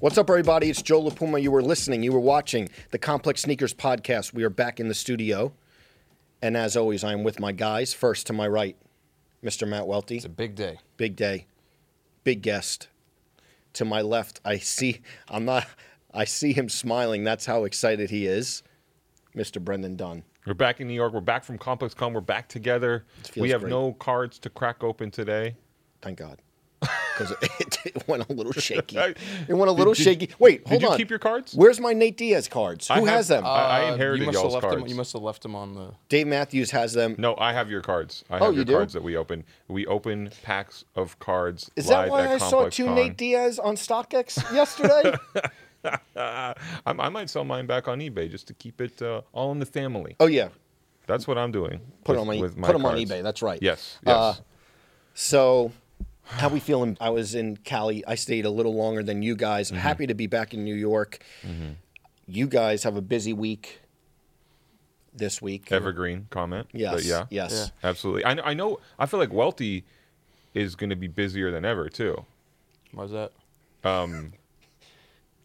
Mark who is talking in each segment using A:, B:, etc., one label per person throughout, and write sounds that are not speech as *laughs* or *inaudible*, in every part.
A: What's up, everybody? It's Joe LaPuma. You were listening, you were watching the Complex Sneakers podcast. We are back in the studio. And as always, I am with my guys. First to my right, Mr. Matt Welty.
B: It's a big day.
A: Big day. Big guest. To my left, I see I'm not I see him smiling. That's how excited he is. Mr. Brendan Dunn.
C: We're back in New York. We're back from ComplexCon. We're back together.
A: feels
C: We have
A: great.
C: no cards to crack open today.
A: Thank God. Because it, *laughs* it went a little shaky. It
C: Did-
A: went a little
C: did-
A: shaky. Wait,
C: did
A: hold
C: you
A: on.
C: keep your cards?
A: Where's my Nate Diaz cards?
C: I
A: Who
C: have-
A: has them?
C: I- I
B: Uh,
C: inherited
B: you must have
C: y'all's
B: left Them,
C: cards.
B: you must have left them on the.
A: Dave Matthews has them.
C: No, I have your cards. I have
A: Oh,
C: your
A: you do?
C: cards that we open. We open packs of cards.
A: Is
C: live
A: that why
C: at
A: I saw
C: ComplexCon.
A: two Nate Diaz on StockX *laughs*
C: *laughs*
A: yesterday?
C: I, I might sell mine back on eBay just to keep it uh, all in the family.
A: oh yeah,
C: That's what I'm doing.
A: put
C: with-
A: on my,
C: with
A: put them on
C: cards.
A: eBay. That's right.
C: Yes. Yes.
A: Uh, so, how we feeling? I was in Cali. I stayed a little longer than you guys.
C: Mm-hmm.
A: I'm Happy to be back in New York. You guys have a busy week this week.
C: Evergreen comment. but
A: Yes.
C: yeah.
A: Yes.
C: Absolutely. I, kn- I know. I feel like Welty is going to be busier than ever too.
B: Why's that?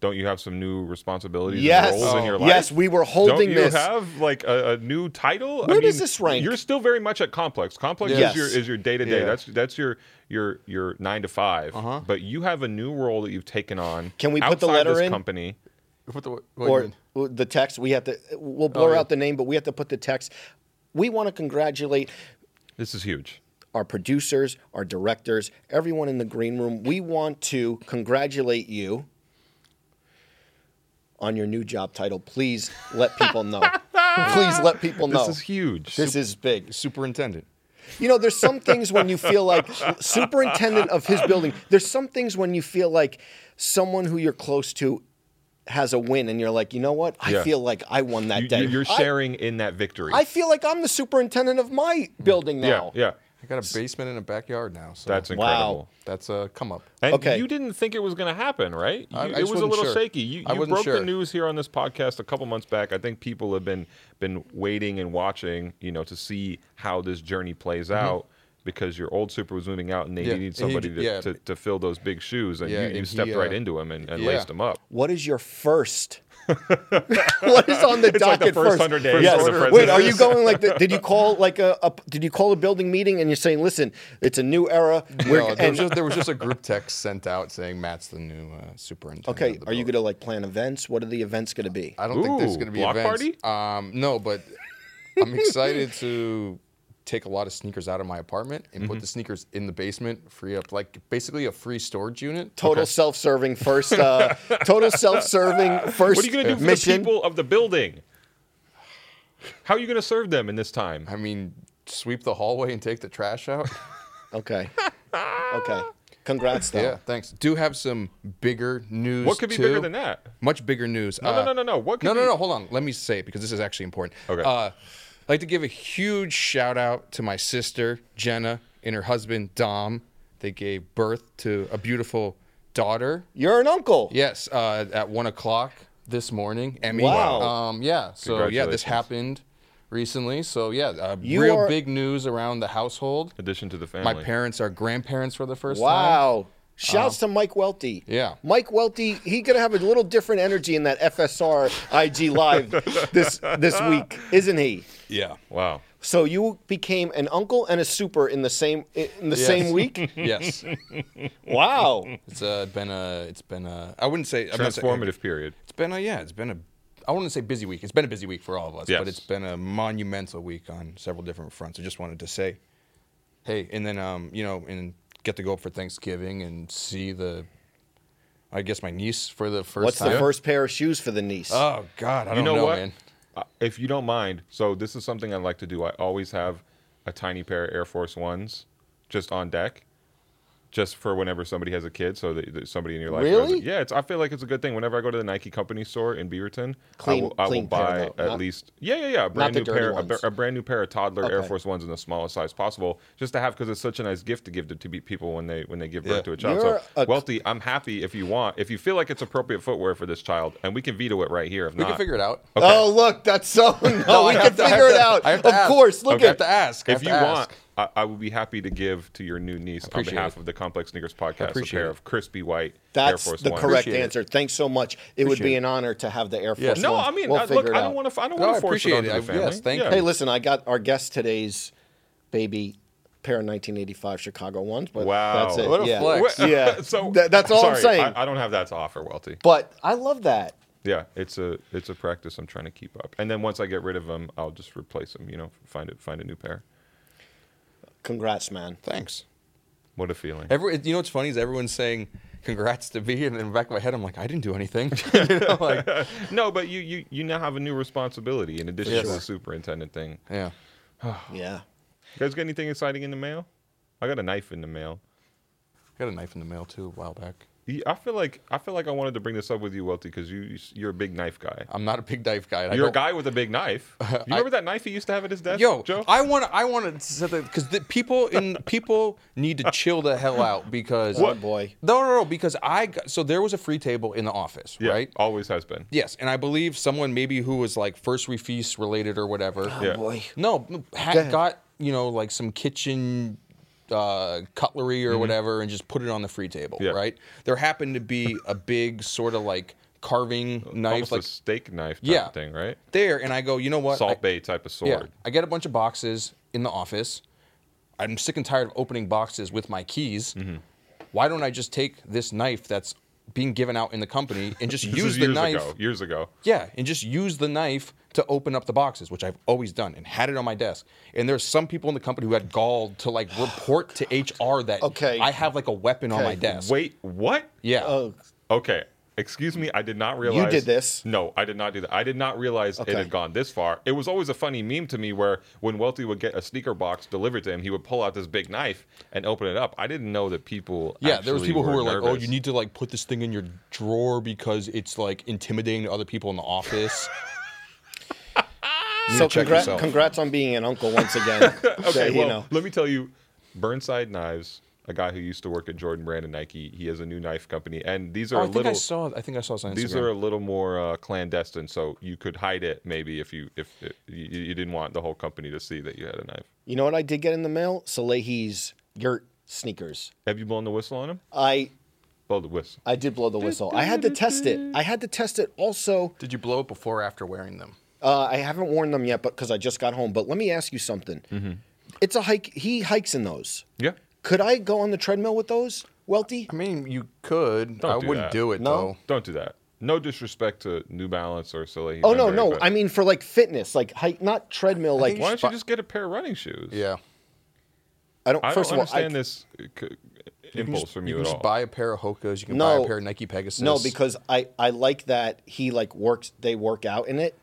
C: Don't you have some new responsibilities
A: Yes. Oh,
C: and roles in your life?
A: Yes, we were holding
C: Don't you
A: this.
C: have like a, a new title?
A: Where does this rank?
C: You're still very much at Complex. Complex
A: Yes.
C: is your is your day to day.
B: Yeah.
C: That's that's your your your nine to 5 But you have a new role that you've taken on.
A: Uh-huh. Can we put the
C: outside
A: letter
C: this
A: in?
C: Company.
B: What the? What do you
A: or
B: mean?
A: the text. We have to. We'll blur
B: yeah.
A: out the name, but we have to put the text. We want to congratulate
C: This is huge.
A: our producers, our directors, everyone in the green room. We want to congratulate you on your new job title. Please let people
C: *laughs*
A: know. Please let people know.
C: This is huge.
A: This is big.
B: superintendent.
A: You know, there's some things when you feel like superintendent of his building. There's some things when you feel like someone who you're close to has a win, and you're like, you know what? I
C: Yeah.
A: feel like I won that
C: you,
A: day.
C: are
A: I,
C: sharing in that victory.
A: I feel like I'm the superintendent of my building
C: yeah,
A: now.
C: yeah.
B: I got a basement and a backyard now. So
C: That's
A: Wow.
C: incredible.
B: that's a come up.
C: And
A: Okay.
C: you didn't think it was going to happen, right?
B: I-
C: You-
B: I
C: it
B: just
C: was a
B: wasn't
C: little
B: sure.
C: shaky. You,
B: I
C: you
B: wasn't
C: broke
B: sure.
C: the news here on this podcast a couple months back. I think people have been been waiting and watching, you know, to see how this journey plays out because your old super was moving out and they
B: Mm-hmm. Yeah,
C: needed
B: and he
C: somebody
B: j-
C: to,
B: yeah.
C: to, to fill those big shoes, and
B: Yeah,
C: you,
B: and
C: you
B: he,
C: stepped right
B: uh,
C: into him and, and
B: yeah.
C: laced him up.
A: What is your first? *laughs* what is on the
C: It's like
A: docket
C: the first 100 days
A: Yes.
C: order of
A: Wait, are you
C: business.
A: going like?
C: *laughs*
A: The, did you call like a, a- Did you call a building meeting and you're saying, "Listen, it's a new era." We're,
B: No, there,
A: and,
B: was just, there was just
A: *laughs*
B: a group text sent out saying Matt's the new uh, superintendent.
A: okay,
B: of the
A: are you
B: building.
A: going to like plan events? What are the events going to be?
B: I don't think there's
C: Ooh,
B: going to be
C: block
B: events. Um, no, but I'm excited to take a lot of sneakers out of my apartment and
C: Mm-hmm.
B: put the sneakers in the basement, free up like basically a free storage unit.
A: Total self-serving first.
B: *laughs*
A: Uh, total self-serving first.
C: What are you going to do for
A: mission?
C: the people of the building? How are you going to serve them in this time?
B: I mean, sweep the hallway and take the
A: *laughs*
B: trash out.
C: *laughs*
A: Okay. Okay. Congrats, though.
B: yeah, thanks. Do have some bigger news.
C: What could be
B: too.
C: bigger than that?
B: Much bigger news. Uh,
C: No, no, no, no, no. What could
B: no, no,
C: be-
B: no. Hold on. Let me say it because this is actually important.
C: Okay.
B: Uh, I'd like to give a huge shout out to my sister Jenna and her husband Dom. They gave birth to a beautiful daughter.
A: You're an uncle.
B: Yes, uh, at one o'clock this morning. Emmy.
A: Wow.
B: Um, yeah. So yeah,
C: Congratulations.
B: this happened recently. So yeah, uh,
A: You
B: real
A: are-
B: big news around the household.
C: Addition to the family.
B: My parents are grandparents for the first time.
A: Wow. Shouts to Mike Welty.
B: Um, Yeah.
A: Mike Welty, he gonna have a little different energy in that FSR IG live this this week, isn't he?
B: Yeah.
C: Wow.
A: So you became an uncle and a super in the same in the
B: Yes.
A: same
B: *laughs*
A: week?
B: *laughs* Yes.
A: Wow.
B: It's uh, been a. It's been a. I wouldn't say I'm not saying-
C: Transformative period.
B: It's been a. Yeah. It's been a. I wouldn't say busy week. It's been a busy week for all of us.
C: Yes.
B: But it's been a monumental week on several different fronts. I just wanted to say, hey, and then um, you know, and get to go up for Thanksgiving and see the. I guess my niece for the first
A: What's
B: time.
A: the first pair of shoes for the niece?
B: Oh God, I don't
C: you know, what?
B: man.
C: Uh, If you don't mind, so this is something I like to do. I always have a tiny pair of Air Force Ones just on deck, just for whenever somebody has a kid. So that, that somebody in your life. has it.
A: Really?
C: yeah, it's. I feel like it's a good thing. Whenever I go to the Nike company store in Beaverton,
A: Clean-
C: I will, I will
A: clean pair,
C: buy
A: though,
C: at
A: not-
C: least. Yeah, yeah, yeah. A brand
A: the
C: new
A: dirty
C: pair, a,
A: ones.
C: br- a brand new pair of toddler Air
A: Okay.
C: Force Ones in the smallest size possible, just to have because it's such a nice gift to give to, to be- people when they when they give birth
B: Yeah.
C: to a child.
A: You're
C: so
A: a-
C: wealthy, I'm happy if you want, if you feel like it's appropriate footwear for this child, and we can veto it right here. If
B: We
C: not,
B: can figure it out.
A: Oh, look, that's so *laughs* no,
B: I
A: we can
B: have *laughs* to- I
A: figure
B: have
A: it
B: to-
A: out.
B: I have to
A: Of
B: ask.
A: course, look
B: Okay. I
A: at
B: have to ask. I
C: if
B: have
C: you
B: to ask.
C: want, I, I would be happy to give to your new niece on
B: Appreciate
C: behalf
B: it.
C: of the Complex Sneakers Podcast a
B: Appreciate
C: pair
B: it.
C: of crispy white Air
A: That's
C: Force
A: the
C: Ones.
A: correct
B: Appreciate it.
A: answer. Thanks so much. It would be
B: Appreciate it.
A: an honor to have the Air Force.
B: Yeah.
C: No,
A: Ones.
C: I mean,
A: We'll
C: I,
A: figure
C: look,
A: it
C: I don't
A: out.
C: want to. I don't
B: No, I
C: want to force it
B: appreciate
C: onto
B: it.
C: the
B: I-
C: family.
B: yes, thank
C: yeah.
B: you.
A: Hey, listen, I got our guest today's baby pair of 1985 Chicago ones, but
C: Wow.
A: that's it.
B: What a
A: yeah.
B: flex.
C: Wha-
A: Yeah.
C: *laughs* so
A: Th- that's all I'm
C: sorry,
A: saying.
C: I, I don't have that to offer, Welty.
A: But I love that.
C: Yeah, it's a it's a practice I'm trying to keep up. And then once I get rid of them, I'll just replace them. You know, find it find a new pair.
A: Congrats, man.
B: Thanks.
C: What a feeling.
B: Every, you know what's funny is everyone's saying congrats to me, and in the back of my head I'm like, I didn't do anything. *laughs* you know,
C: *laughs*
B: like,
C: no, but you you you now have a new responsibility in addition
B: Yes.
C: to the superintendent thing.
B: yeah.
A: *sighs* Yeah.
C: You guys got anything exciting in the mail? I got a knife in the mail.
B: Got a knife in the mail too a while back.
C: You- I feel like I feel like I wanted to bring this up with you, Welty, because you you're a big knife guy.
B: I'm not a big knife guy. and I
C: You're a
B: don't-
C: guy with a
B: *laughs*
C: big knife. You remember that knife he used to have at his desk,
B: Yo,
C: Joe?
B: I want to. I want to because the people in people need to chill the hell out because
A: What? Oh, boy.
B: No, no, no. Because I got, so there was a free table in the office,
C: yeah,
B: right?
C: always has been.
B: Yes, and I believe someone maybe who was like first refeast related or whatever.
C: Yeah.
A: Oh, boy.
B: No, had
A: Go ahead.
B: got you know like some kitchen uh, cutlery or whatever, and just put it on the free table,
C: Mm-hmm. Yeah.
B: right? There happened to be a big sort of like carving
C: Uh, Almost
B: knife, like
C: a steak knife type
B: Yeah.
C: thing, right?
B: there, and I go, you know what?
C: Salt
B: I-
C: bay type of
B: yeah,
C: sword.
B: I get a bunch of boxes in the office. I'm sick and tired of opening boxes with my keys.
C: Mm-hmm.
B: Why don't I just take this knife that's being given out in the company and just
C: *laughs* This
B: use
C: is
B: the
C: years
B: knife?
C: ago. Years ago.
B: Yeah, and just use the knife to open up the boxes, which I've always done and had it on my desk. And there's some people in the company who had gall to *sighs* like report to HR that
A: Okay.
B: I have like a weapon on
A: Okay.
B: my desk.
C: Wait, what?
B: Yeah.
A: Oh,
C: Okay. Excuse me, I did not realize
A: did this.
C: No, I did not do that. I did not realize it
A: Okay.
C: had gone this far. It was always a funny meme to me where when Welty would get a sneaker box delivered to him, he would pull out this big knife and open it up. I didn't know that people.
B: yeah, there was
C: actually
B: people who were like, "Oh,
C: nervous.
B: you need to like put this thing in your drawer because it's like intimidating to other people in the office." *laughs*
A: so
B: check
A: congrats,
B: yourself.
A: congrats on being an uncle once
C: *laughs*
A: again. So,
C: Okay,
A: you
C: well,
A: know.
C: let me tell you, Burnside Knives, a guy who used to work at Jordan Brand and Nike, he has a new knife company, and these are
B: Oh, I
C: a
B: think I
C: little.
B: saw. I think I saw something.
C: These are a little more uh, clandestine, so you could hide it maybe if you if, if you, you didn't want the whole company to see that you had a knife.
A: You know what I did get in the mail? Salehi's yurt sneakers.
C: Have you blown the whistle on him?
A: I
C: Blow the whistle.
A: I did blow the whistle. I had to test it. I had to test it also.
B: Did you blow it before or after wearing them?
A: Uh, I haven't worn them yet, but because I just got home. But let me ask you something.
C: Mm-hmm.
A: It's a hike. He hikes in those.
C: Yeah.
A: Could I go on the treadmill with those, Welty?
B: I mean, you could.
C: Don't
B: I
C: do
B: wouldn't
C: that.
B: do it
A: No?
B: though.
C: Don't do that. No disrespect to New Balance or Silly.
A: Oh no, no. I mean for like fitness, like hike, not treadmill. Like
C: why don't you
B: Sp-
C: just get a pair of running shoes?
B: Yeah.
A: I don't.
C: I
A: first
C: don't
A: of all, I,
C: understand this uh, c-
B: You can
C: impulse
B: just-
C: from
B: you
C: you,
B: can
C: at
B: just
C: all.
B: buy a pair of Hoka's. You can buy
A: No.
B: a pair of Nike Pegasus.
A: no, because I I like that he like works. They work out in it.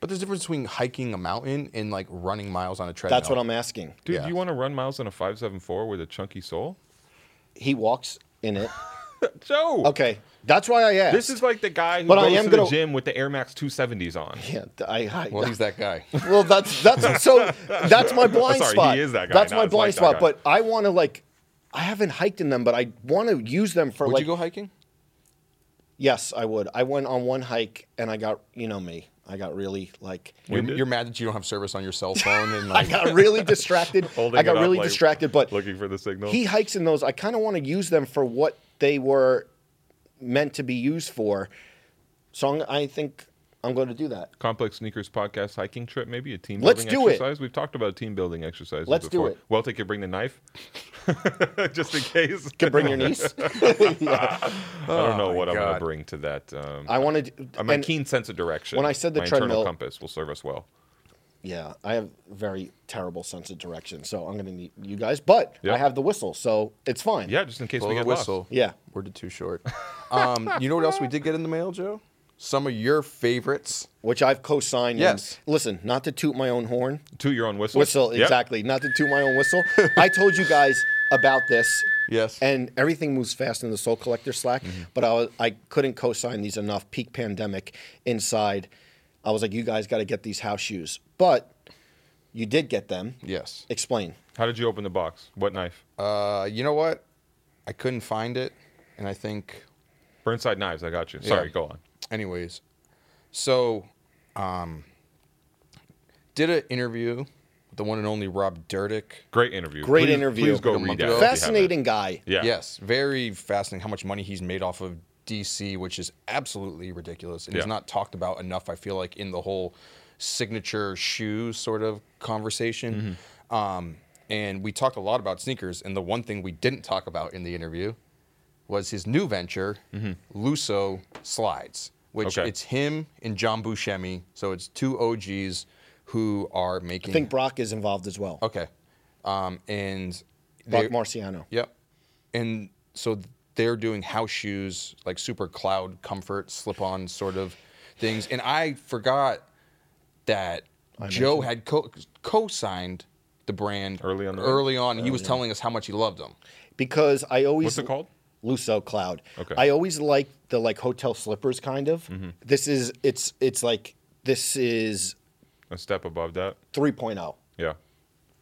B: but there's a difference between hiking a mountain and like running miles on a treadmill.
A: That's what I'm asking.
C: Dude,
B: Yeah.
C: you want to run miles on a five seven four with a chunky sole?
A: He walks in it.
C: Joe.
A: Okay, that's why I asked.
C: This is like the guy who
A: But I
C: goes
A: am
C: to the
A: gonna-
C: gym with the Air Max 270s on.
A: yeah. I, I
B: Well, he's
A: *laughs*
B: that guy.
A: Well, that's
C: *laughs*
A: that's so that's my blind
C: Sorry, he
A: spot.
C: is that guy.
A: That's
C: No,
A: my
C: it's
A: blind
C: like that
A: spot.
C: guy.
A: But I want to like, I haven't hiked in them, but I want to use them for
B: Would
A: like.
B: you go hiking?
A: yes, I would. I went on one hike and I got you know me. I got really
C: *laughs*
A: like.
B: You're,
C: Winded?
B: you're mad that you don't have service on
A: *laughs*
B: your cell phone and
A: I
B: like,
A: got really distracted.
C: *laughs* Holding
A: I got
C: it up,
A: really
C: like,
A: distracted, but
C: looking for the signal.
A: he hikes in those. I kind of want to use them for what they were meant to be used for. So I'm, I think I'm going to do that.
C: Complex Sneakers Podcast hiking trip, maybe a team
A: Let's
C: building
A: do it.
C: exercise. We've talked about team building exercises
A: Let's do
C: before.
A: it.
C: Well, take you bring the knife, *laughs* just in case.
A: Could bring your niece. *laughs* Yeah.
C: *laughs* I don't know
B: Oh, my
C: what I'm going
B: God.
C: to bring to that. Um,
A: I want to.
C: uh, my keen sense of direction.
A: when I said the
C: my internal
A: treadmill-
C: compass will serve us well.
A: Yeah, I have very terrible sense of direction, so I'm going to need you guys. But
C: Yeah.
A: I have the whistle, so it's fine.
C: Yeah, just in case
B: blow
C: we
B: the
C: get
B: whistle.
C: lost.
A: Yeah.
B: We're too short. Um, you know what else we did get in the mail, Joe? Some of your favorites.
A: Which I've co-signed. and-
B: Yes.
A: listen, not to toot my own horn.
C: Toot your own whistle.
A: Whistle,
C: Yep.
A: exactly. Not to toot my own whistle. I told you guys about this.
B: Yes.
A: And everything moves fast in the Soul Collector Slack,
C: Mm-hmm.
A: but I, was, I couldn't co-sign these enough. Peak pandemic inside. I was like, you guys got to get these house shoes. But you did get them.
B: Yes.
A: Explain.
C: How did you open the box? What knife?
B: Uh, you know what? I couldn't find it, and I think
C: Burnside knives. I got you. Sorry,
B: Yeah.
C: go on.
B: anyways so um did an interview the one and only Rob Dyrdek.
C: Great interview.
A: Great
C: Please-
A: interview.
C: Please go
B: Like a month
C: read that.
B: ago.
C: if you haven't.
A: Fascinating guy.
C: Yeah.
B: Yes, very fascinating how much money he's made off of DC, which is absolutely ridiculous. And he's
C: Yeah.
B: not talked about enough, I feel like, in the whole signature shoe sort of conversation.
C: Mm-hmm.
B: Um, and we talked a lot about sneakers. And the one thing we didn't talk about in the interview was his new venture, Luso Slides, which
C: Mm-hmm. Okay.
B: it's him and John Buscemi. So it's two OGs who are making.
A: I think Brock is involved as
C: Oh,
A: well.
B: okay. Um, and
A: Brock
B: they-
A: Marciano.
B: Yep. And so they're doing house shoes, like super cloud comfort, slip on sort of things. And I forgot that Joe had co- co-signed the brand
C: Early on the-
B: Early on, he was telling us how much he loved them.
A: because I always
C: What's it called?
A: Luso Cloud.
C: Okay. Mm-hmm.
A: I always like the like hotel slippers kind of. This is it's it's like this is oh.
C: A step above that.
A: 3.0.
C: Yeah.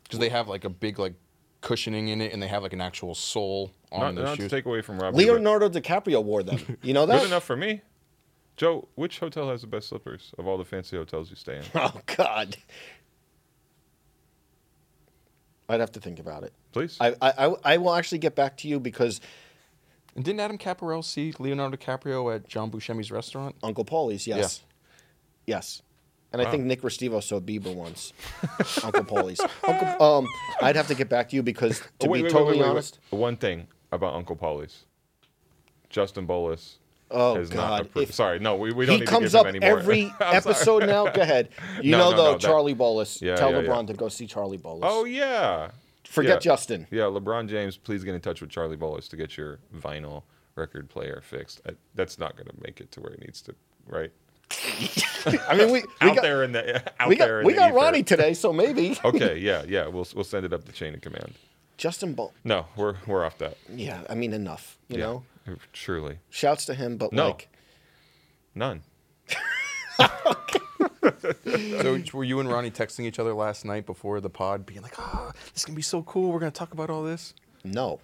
B: because they have like a big like cushioning in it, and they have like an actual sole
C: Not,
B: on their
C: not to
B: shoes.
C: take away from Rob.
A: Leonardo DiCaprio wore them. You know that?
C: Good enough for me. Joe, which hotel has the best slippers of all the fancy hotels
A: *laughs*
C: you stay in?
A: *laughs* Oh God. I'd have to think about it.
C: Please.
A: I, I, I- I will actually get back to you because
B: and didn't Adam Caparel see Leonardo DiCaprio at John Buscemi's restaurant?
A: Uncle Paulie's, yes. Yes. And I think Nick Restivo saw Bieber once. *laughs* Uncle Paulie's. Uncle, um, I'd have to get back to you because, to
C: Oh, wait,
A: be
C: wait, wait,
A: totally
C: wait, wait.
A: honest,
C: One thing about Uncle Polly's. Justin Bolus.
A: Oh,
C: has
A: God.
C: not approved.
A: If-
C: Sorry, no, we, we don't
A: he
C: need
A: comes
C: to
A: up
C: give him any more. *laughs*
A: every
C: I'm sorry.
A: episode now. Go ahead. You
C: No,
A: know,
C: no,
A: though,
C: no, that-
A: Charlie Bolus.
C: Yeah,
A: tell
C: yeah, yeah.
A: LeBron to go see Charlie Bolus.
C: *laughs* Oh yeah.
A: Forget
C: Yeah.
A: Justin.
C: Yeah, LeBron James, please get in touch with Charlie Bolus to get your vinyl record player fixed. I, that's not going to make it to where it needs to, right?
A: I mean, we, we
C: out
A: got,
C: there in the *laughs* out
A: we got,
C: there in
A: we
C: the
A: got
C: ether.
A: Ronnie today, so maybe.
C: *laughs*
A: *laughs*
C: Okay, yeah, yeah, we'll we'll send it up the chain of command.
A: Justin Bol.
C: No, we're we're off that.
A: Yeah, I mean, enough. You
C: yeah,
A: know?
C: surely
A: Shouts to him, but
C: No.
A: like.
C: none.
B: so were you and Ronnie texting each other last night before the pod, being like, "Ah, this is gonna be so cool. We're gonna talk about all this."
A: No,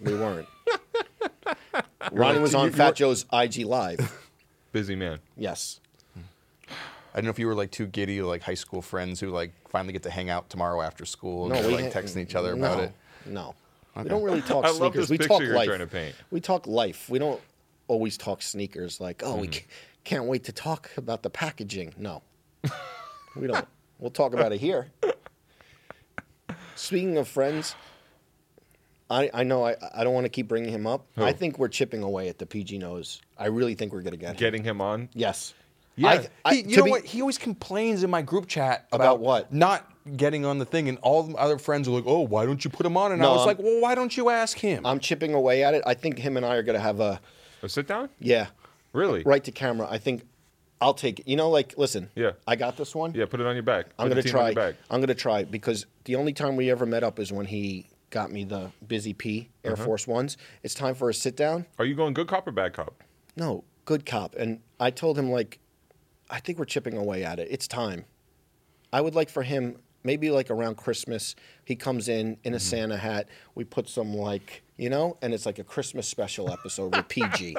A: we
C: *laughs*
A: weren't. Ronnie was on Fat Joe's IG Live.
C: Busy man.
A: Yes.
B: I don't know if you were like two giddy like high school friends who like finally get to hang out tomorrow after school and
A: No,
B: they're,
A: we
B: like
A: didn't-
B: texting each other
A: no,
B: about it.
A: No, we don't really talk
C: I
A: sneakers.
C: love this
A: we
C: picture
A: talk
C: you're
A: life.
C: trying to paint.
A: We talk life. We don't always talk sneakers. Like, oh, we
B: Mm-hmm.
A: ca- can't wait to talk about the packaging. No, *laughs* we don't. We'll talk about it here. Speaking of friends, I, I know I, I don't want to keep bringing him up.
C: Who?
A: I think we're chipping away at the PG nose. I really think we're going to get him.
C: Getting him on.
A: Yes.
B: Yeah,
A: I- I-
B: he,
A: to
B: you know
A: be-
B: what? He always complains in my group chat about,
A: About what?
B: Not getting on the thing, and all the other friends are like, "Oh, why don't you put him on?" And I
A: No,
B: was
A: I'm-
B: like, "Well, why don't you ask him?"
A: I'm chipping away at it. I think him and I are going to have a
C: A Oh, sit down?
A: yeah,
C: Really?
A: right to camera. I think I'll take it. You know, like listen.
C: Yeah.
A: I got this one.
C: Yeah, put it on your back.
A: I'm
C: Put the
A: gonna
C: team on
A: try.
C: your back.
A: I'm gonna try because the only time we ever met up is when he got me the Busy P Air
C: Uh-huh.
A: Force Ones. It's time for a sit down.
C: Are you going good cop or bad cop?
A: No, good cop. And I told him like, I think we're chipping away at it. It's time. I would like for him maybe like around Christmas he comes in
C: Mm-hmm.
A: in a Santa hat. We put some like you know, and it's like a Christmas special episode with PG.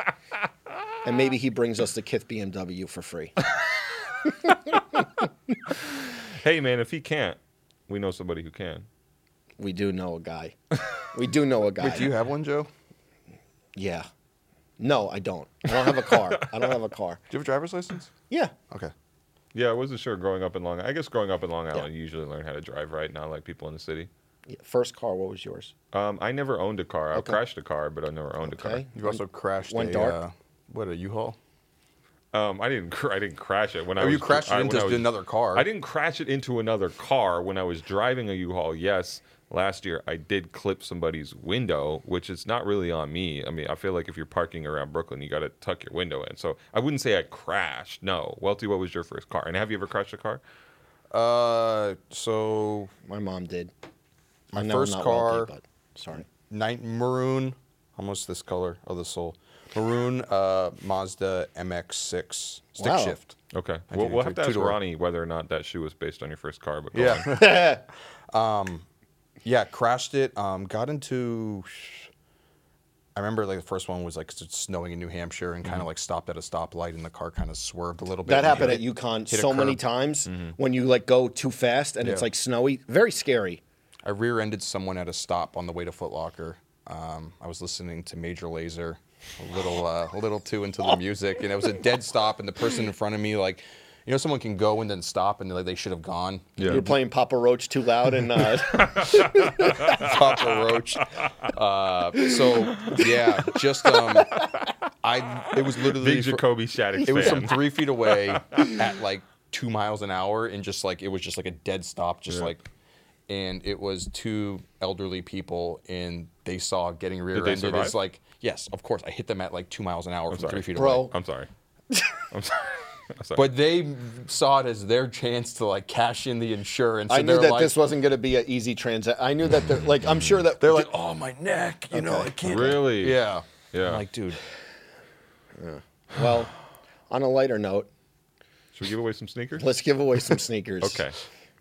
A: And maybe he brings us the Kith BMW for free.
C: Hey man, if he can't, we know somebody who can.
A: We do know a guy. We do
B: *laughs*
A: know a guy.
B: Wait, do you have one, Joe? Do
A: Yeah. No, I don't. I don't have a car. I don't have a
B: *laughs*
A: car.
B: you have a driver's license?
A: Yeah.
B: Okay.
C: Yeah, I wasn't sure growing up in Long Island. I guess growing up in Long Island,
A: Yeah.
C: you usually learn how to drive right, not like people in the city.
A: Yeah, First car, what was yours?
C: Um, I never owned a car. I
A: Okay.
C: crashed a car, but I never owned
A: Okay.
B: You also crashed
A: went
B: a
A: dark?
B: Uh, what a U-Haul.
C: a car. Um, I didn't. Cr- I didn't crash it when I
B: Oh,
C: was.
B: you crashed it
C: I- when
B: into
C: I was-
B: another car.
C: I didn't crash it into another car when I was driving a U-Haul. Yes, last year I did clip somebody's window, which is not really on me. I mean, I feel like if you're parking around Brooklyn, you got to tuck your window in. So I wouldn't say I crashed. No, Welty, what was your first car? And have you ever crashed a car?
B: Uh, so
A: My mom did.
B: My
A: I know I'm
B: first
A: not wealthy,
B: car-
A: but sorry.
B: night maroon, almost this color of the soul, maroon uh, Mazda MX-6 stick
A: Wow.
B: shift.
C: Okay,
B: I
C: we'll,
B: did.
C: we'll have to ask
B: Two-door.
C: Ronnie whether or not that shoe was based on your first car. But go on.
B: Yeah. um,
A: *laughs*
B: yeah, crashed it. Um, got into um, I remember like the first one was like 'cause it's snowing in New Hampshire and kind of like stopped at a stoplight and the car kind of swerved a little bit.
A: Mm-hmm. That
B: and
A: happened at
B: hit it-
A: UConn
B: hit a
A: so many
B: curb. Mm-hmm.
A: times when you like go too fast and it's
B: Yeah.
A: like snowy. Very scary.
B: I rear-ended someone at a stop on the way to Foot Locker. Um, I was listening to Major Laser, a little, uh, a little too into the music, and it was a dead stop. And the person in front of me, like, you know, someone can go and then stop, and like they should have gone. *laughs*
C: Yeah.
A: You're playing Papa Roach too loud and uh,
B: Papa Roach. Uh, so yeah, just um, I. It was literally.
C: Big
B: fr-
C: Jacoby Shattuck
B: it was
C: fan.
B: from three feet
C: *laughs*
B: away at like two miles an hour, and just like it was just like a dead stop, just
C: Yeah.
B: like. And it was two elderly people, and they saw getting
C: they
B: rear-ended.
C: survive?
B: It's like, yes, of course. I hit them at like two miles an hour from
C: sorry.
B: three feet
A: Bro.
B: away. *laughs*
C: I'm sorry. I'm sorry. I'm sorry.
B: But they saw it as their chance to like cash in the insurance.
A: I
B: and
A: knew
B: they're
A: that
B: like,
A: this wasn't going to be an easy transit. I knew that they're like, I'm sure that
B: They're like, oh my neck, you know,
A: Okay.
B: I can't.
C: Really?
B: Yeah.
C: Yeah.
B: I'm like, dude,
A: well, on a lighter note,
C: Should we give away some sneakers?
A: let's give away some
B: *laughs*
A: sneakers.
C: Okay.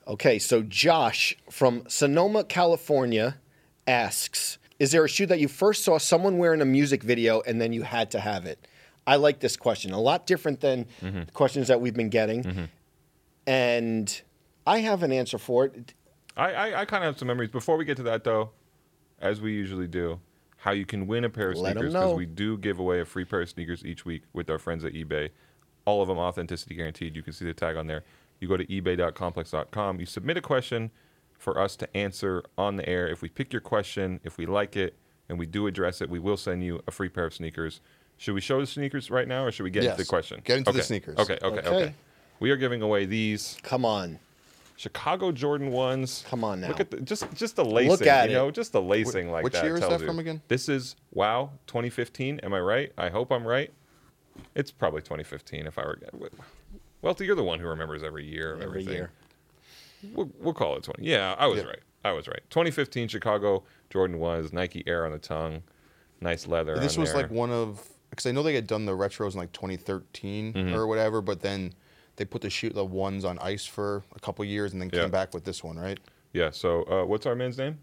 A: Okay, so Josh from Sonoma, California asks Is there a shoe that you first saw someone wear in a music video and then you had to have it? I like this question. A lot different than
C: Mm-hmm.
A: the questions that we've been getting. And I have an answer for it.
C: I, I, I kind of have some memories. Before we get to that, though, as we usually do, how you can win a pair of
A: Let 'em
C: sneakers
A: know.
C: we do give away a free pair of sneakers each week with our friends at eBay. All of them authenticity guaranteed. You can see the tag on there. You go to ebay.complex.com. You submit a question for us to answer on the air. If we pick your question, if we like it, and we do address it, we will send you a free pair of sneakers. Should we show the sneakers right now, or should we get
B: Yes.
C: into the question?
B: Get into the
C: Okay.
B: sneakers.
C: Okay, okay, okay,
A: Okay.
C: We are giving away these
A: Come on.
C: Chicago Jordan ones.
A: Come on now.
C: Look at the, just just the lacing.
A: at
C: you
A: it.
C: know, just the lacing like
B: which
C: that.
B: year is
C: tells
B: that
C: you.
B: from again?
C: This is wow, 2015. Am I right? I hope I'm right. It's probably 2015 if I were. Well, you're the one who remembers every year of
A: Every
C: everything.
A: year.
C: We'll, we'll call it 20. Yeah, I was right. I was right. 2015 Chicago Jordan was Nike Air on the tongue, nice leather.
B: This
C: on
B: was
C: there.
B: like one of because I know they had done the retros in like 2013
C: Mm-hmm.
B: or whatever, but then they put the shoot the ones on ice for a couple years and then
C: Yeah.
B: came back with this one, right?
C: Yeah. So uh, what's our man's name?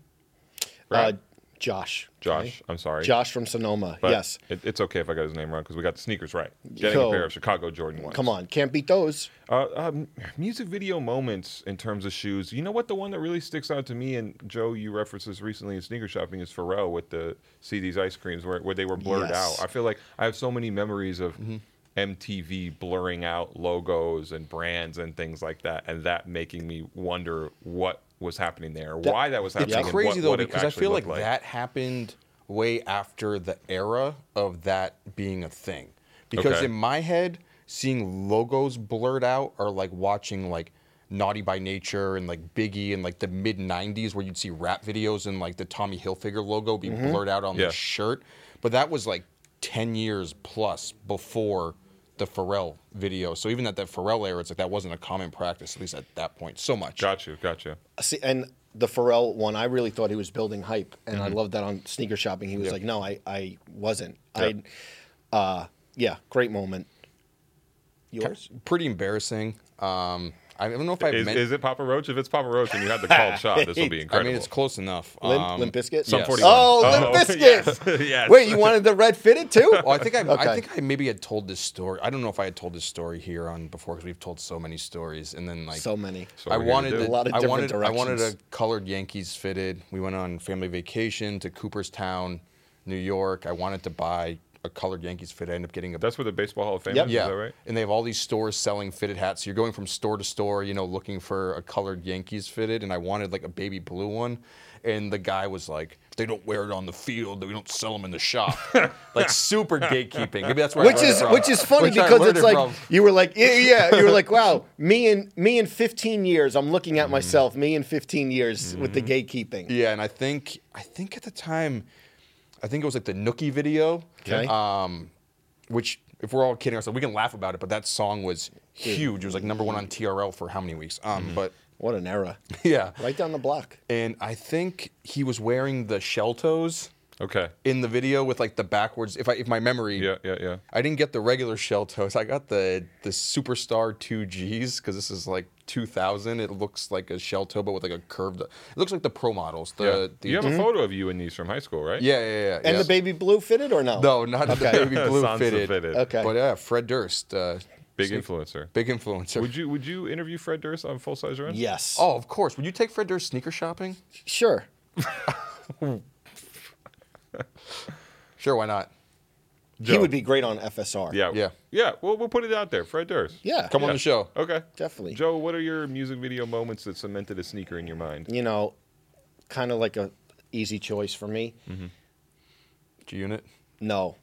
A: Uh,
C: Brad?
A: Josh.
C: Josh.
A: okay?
C: I'm sorry.
A: Josh from Sonoma.
C: But
A: yes.
C: it, it's okay if I got his name wrong because we got the sneakers right. Getting
A: So-
C: a pair of Chicago Jordan ones.
A: Come on. Can't beat those.
C: Uh, um, music video moments in terms of shoes. You know what? The one that really sticks out to me, and Joe, you referenced this recently in sneaker shopping, is Pharrell with the see these ice creams where, where they were blurred
A: Yes.
C: out. I feel like I have so many memories of
B: Mm-hmm.
C: MTV blurring out logos and brands and things like that, and that making me wonder what was happening there, why that was
B: It's
C: happening. and
B: crazy
C: what-
B: though
C: what it
B: because I
C: actually
B: feel like,
C: looked like
B: that happened way after the era of that being a thing. Because
C: Okay.
B: in my head, seeing logos blurred out or like watching like Naughty by Nature and like Biggie and like the mid '90s where you'd see rap videos and like the Tommy Hilfiger logo be blurred out on
C: Mm-hmm. Yeah.
B: the shirt, but that was like 10 years plus before the Pharrell video. So even at that Pharrell era, it's like that wasn't a common practice at least at that point. So much.
C: Got you, got you.
A: See, and the Pharrell one, I really thought he was building hype, and
B: Mm-hmm.
A: I loved that on sneaker shopping. He was like, "No, I, I wasn't. I, uh, yeah, great moment." Yours?
B: pretty embarrassing. Um, I don't know if I've
C: Is,
B: meant.
C: is it Papa Roach? If it's Papa Roach and you had the called
B: *laughs*
C: shot, this will be
B: I
C: incredible.
B: mean, it's close enough.
A: Limp,
B: Um,
A: Limp Biscuit.
B: Sum
C: Yes. 41.
A: Oh, Limp
B: *laughs*
C: *laughs* Oh,
A: Biscuit.
C: yes, *laughs* yes.
A: Wait, you wanted the red fitted too? Oh,
B: Well, I think I,
A: Okay.
B: I think I maybe had told this story. I don't know if I had told this story here on before because we've told so many stories, and then like
A: so many.
C: So
B: I
C: we're here to
B: wanted
C: do.
B: the-
C: A
A: lot of
B: I
A: different
B: wanted I wanted a
A: directions.
B: colored Yankees fitted. We went on family vacation to Cooperstown, New York. I wanted to buy a colored Yankees fit. I ended up getting a
C: That's where the Baseball Hall of Fame
A: Yep.
C: is,
B: Yeah.
C: is that right?
B: And they have all these stores selling fitted hats. So you're going from store to store, you know, looking for a colored Yankees fitted. And I wanted like a baby blue one. And the guy was like, they don't wear it on the field. We don't sell them in the
C: *laughs*
B: shop. like super gatekeeping. Maybe that's where I
A: Which
B: learned it
A: is
B: from.
A: which is funny
B: Which I
A: because
B: learned
A: it's
B: it
A: like
B: from.
A: you were like yeah, yeah you were like wow me in me in 15 years I'm looking at myself me in 15 years with the gatekeeping
B: Mm-hmm. Yeah, and I think I think at the time, I think it was like the Nookie video.
A: Okay.
B: Um, which if we're all kidding ourselves, we can laugh about it, but that song was huge. It was like number one on TRL for how many weeks? Um,
C: Mm-hmm.
B: but *laughs*
A: what an era
B: yeah,
A: right down the block
B: and I think he was wearing the shell toes.
C: Okay.
B: in the video with like the backwards. If I if my memory,
C: Yeah, yeah, yeah.
B: I didn't get the regular shell toast. I got the the superstar two Gs because this is like 2000. It looks like a shell toe, but with like a curved. It looks like the pro models.
C: yeah.
B: The, the
C: you have a photo of you and these from high school, right? *laughs*
B: yeah, yeah, yeah.
A: And
B: yeah.
A: the baby blue fitted or no?
B: No, not
A: Okay.
B: the baby blue
C: Sansa
B: fitted.
C: fitted.
A: Okay.
B: But yeah, Fred Durst, uh,
C: Big
B: sneak-
C: influencer.
B: big influencer.
C: Would you would you interview Fred Durst on Full Size Run?
A: Yes.
B: oh, of course. Would you take Fred Durst sneaker shopping?
A: sure.
B: Sure, why not?
A: He
C: Joe.
A: would be great on FSR.
C: Yeah.
B: Yeah.
C: Yeah. Well, we'll put it out there. Fred Durst.
A: Yeah.
B: Come on the show.
C: Okay.
A: Definitely.
C: Joe, what are your music video moments that cemented a sneaker in your mind?
A: You know, kind of like a easy choice for me.
C: Mm-hmm.
B: G Unit.
A: No,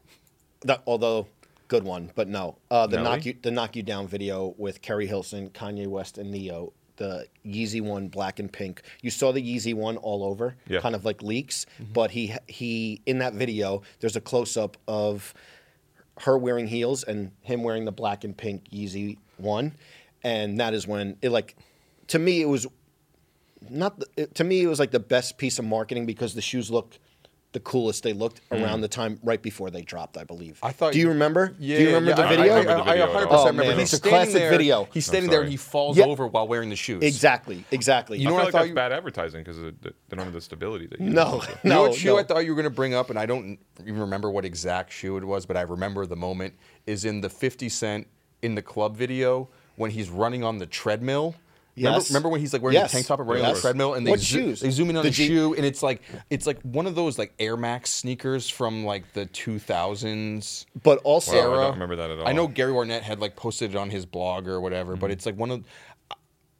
A: that, although good one, but no. Uh, the
C: Nelly?
A: knock you the knock you down video with Kerry Hilson, Kanye West, and Neo. The Yeezy one, black and pink. You saw the Yeezy one all over,
C: Yeah. Mm-hmm.
A: kind of like leaks. But he he in that video, there's a close up of her wearing heels and him wearing the black and pink Yeezy one, and that is when it like to me it was not the, it- to me it was like the best piece of marketing because the shoes looked the coolest they looked around the time right before they dropped i believe
B: Mm. I thought
A: do you
B: you-
A: remember
B: Yeah,
A: do you remember
B: yeah,
A: the
B: I-
A: video
B: I,
C: remember the
B: I- I
C: video
B: 100%
C: at all.
B: remember.
A: Oh, man.
B: He's
A: It's a
B: standing
A: classic
B: there-
A: video.
B: He's standing
C: I'm
B: there
C: sorry.
B: and he falls
A: Yeah.
B: over while wearing the shoes.
A: exactly exactly
B: You know
C: I
B: what
C: feel
B: I
C: like
B: thought
C: that's
B: you-
C: bad advertising because they don't have the stability that you
A: no
B: You
A: no
B: know what shoe
A: no.
B: I thought you were going to bring up, and I don't even remember what exact shoe it was, but I remember the moment is in the 50 Cent in the club video when he's running on the treadmill. Remember,
A: Yes.
B: remember when he's like wearing
A: Yes.
B: a tank top and running on
A: Yes.
B: the treadmill, and they,
A: What
B: zo-
A: shoes?
B: they zoom in on
A: The
B: the,
A: G-
B: shoe, and it's like it's like one of those like Air Max sneakers from like the 2000s.
A: but also
C: Wow. I don't
B: era.
C: remember that at
B: I know
C: all. Mm-hmm.
B: Gary Barnett had like posted it on his blog or whatever, but it's like one of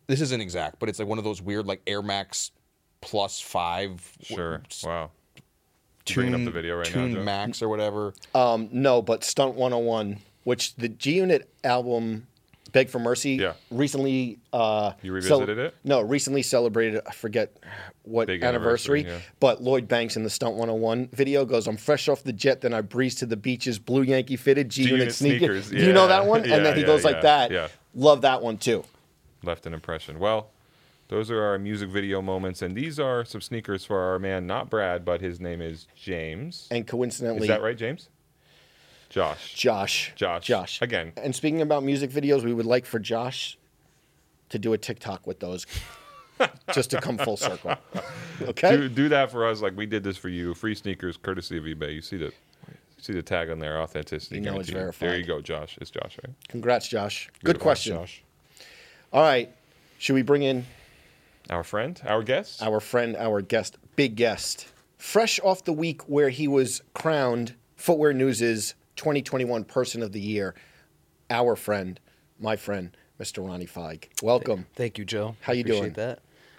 B: this isn't exact, but it's like one of those weird like Air Max plus five
C: Sure. Wow.
B: tune
C: Bringing up the video right now,
B: Tune
C: Joe.
B: Max or whatever.
A: um, no but stunt 101 which the g unit album beg for mercy
C: Yeah.
A: recently uh
C: You
A: cel-
C: revisited it?
A: no recently celebrated i forget what
C: Big
A: anniversary,
C: anniversary, yeah.
A: but lloyd banks in the stunt 101 video goes i'm fresh off the jet then i breeze to the beaches blue yankee fitted g unit
C: G-Unit
A: sneakers,
C: sneakers,
A: Do you know
C: yeah.
A: that
C: *laughs*
A: one
C: Yeah,
A: and then he
C: yeah,
A: goes like
C: yeah,
A: that
C: yeah.
A: love that one too
C: left an impression. Well, those are our music video moments, and these are some sneakers for our man, not Brad, but his name is James.
A: and coincidentally
C: Is that right, James? Josh.
A: Josh.
C: Josh.
A: Josh.
C: Again.
A: And speaking about music videos, we would like for Josh to do a TikTok with those just to come full circle. Okay?
C: Do, do that for us, like we did this for you. Free sneakers, courtesy of eBay. You see the, you see the tag on there, authenticity.
A: You know it's
C: guaranteed. There
A: verified.
C: you go, Josh. It's Josh, right?
A: Congrats, Josh. Good
C: Beautiful.
A: question.
B: Josh.
A: All right. Should we bring in
C: Our friend, our guest.
A: our friend, our guest, big guest, fresh off the week where he was crowned Footwear News' 2021 Person of the Year, our friend, my friend, Mr. Ronnie Feig. Welcome.
D: Thank you, Joe.
A: How you
D: Appreciate
A: doing?
D: That.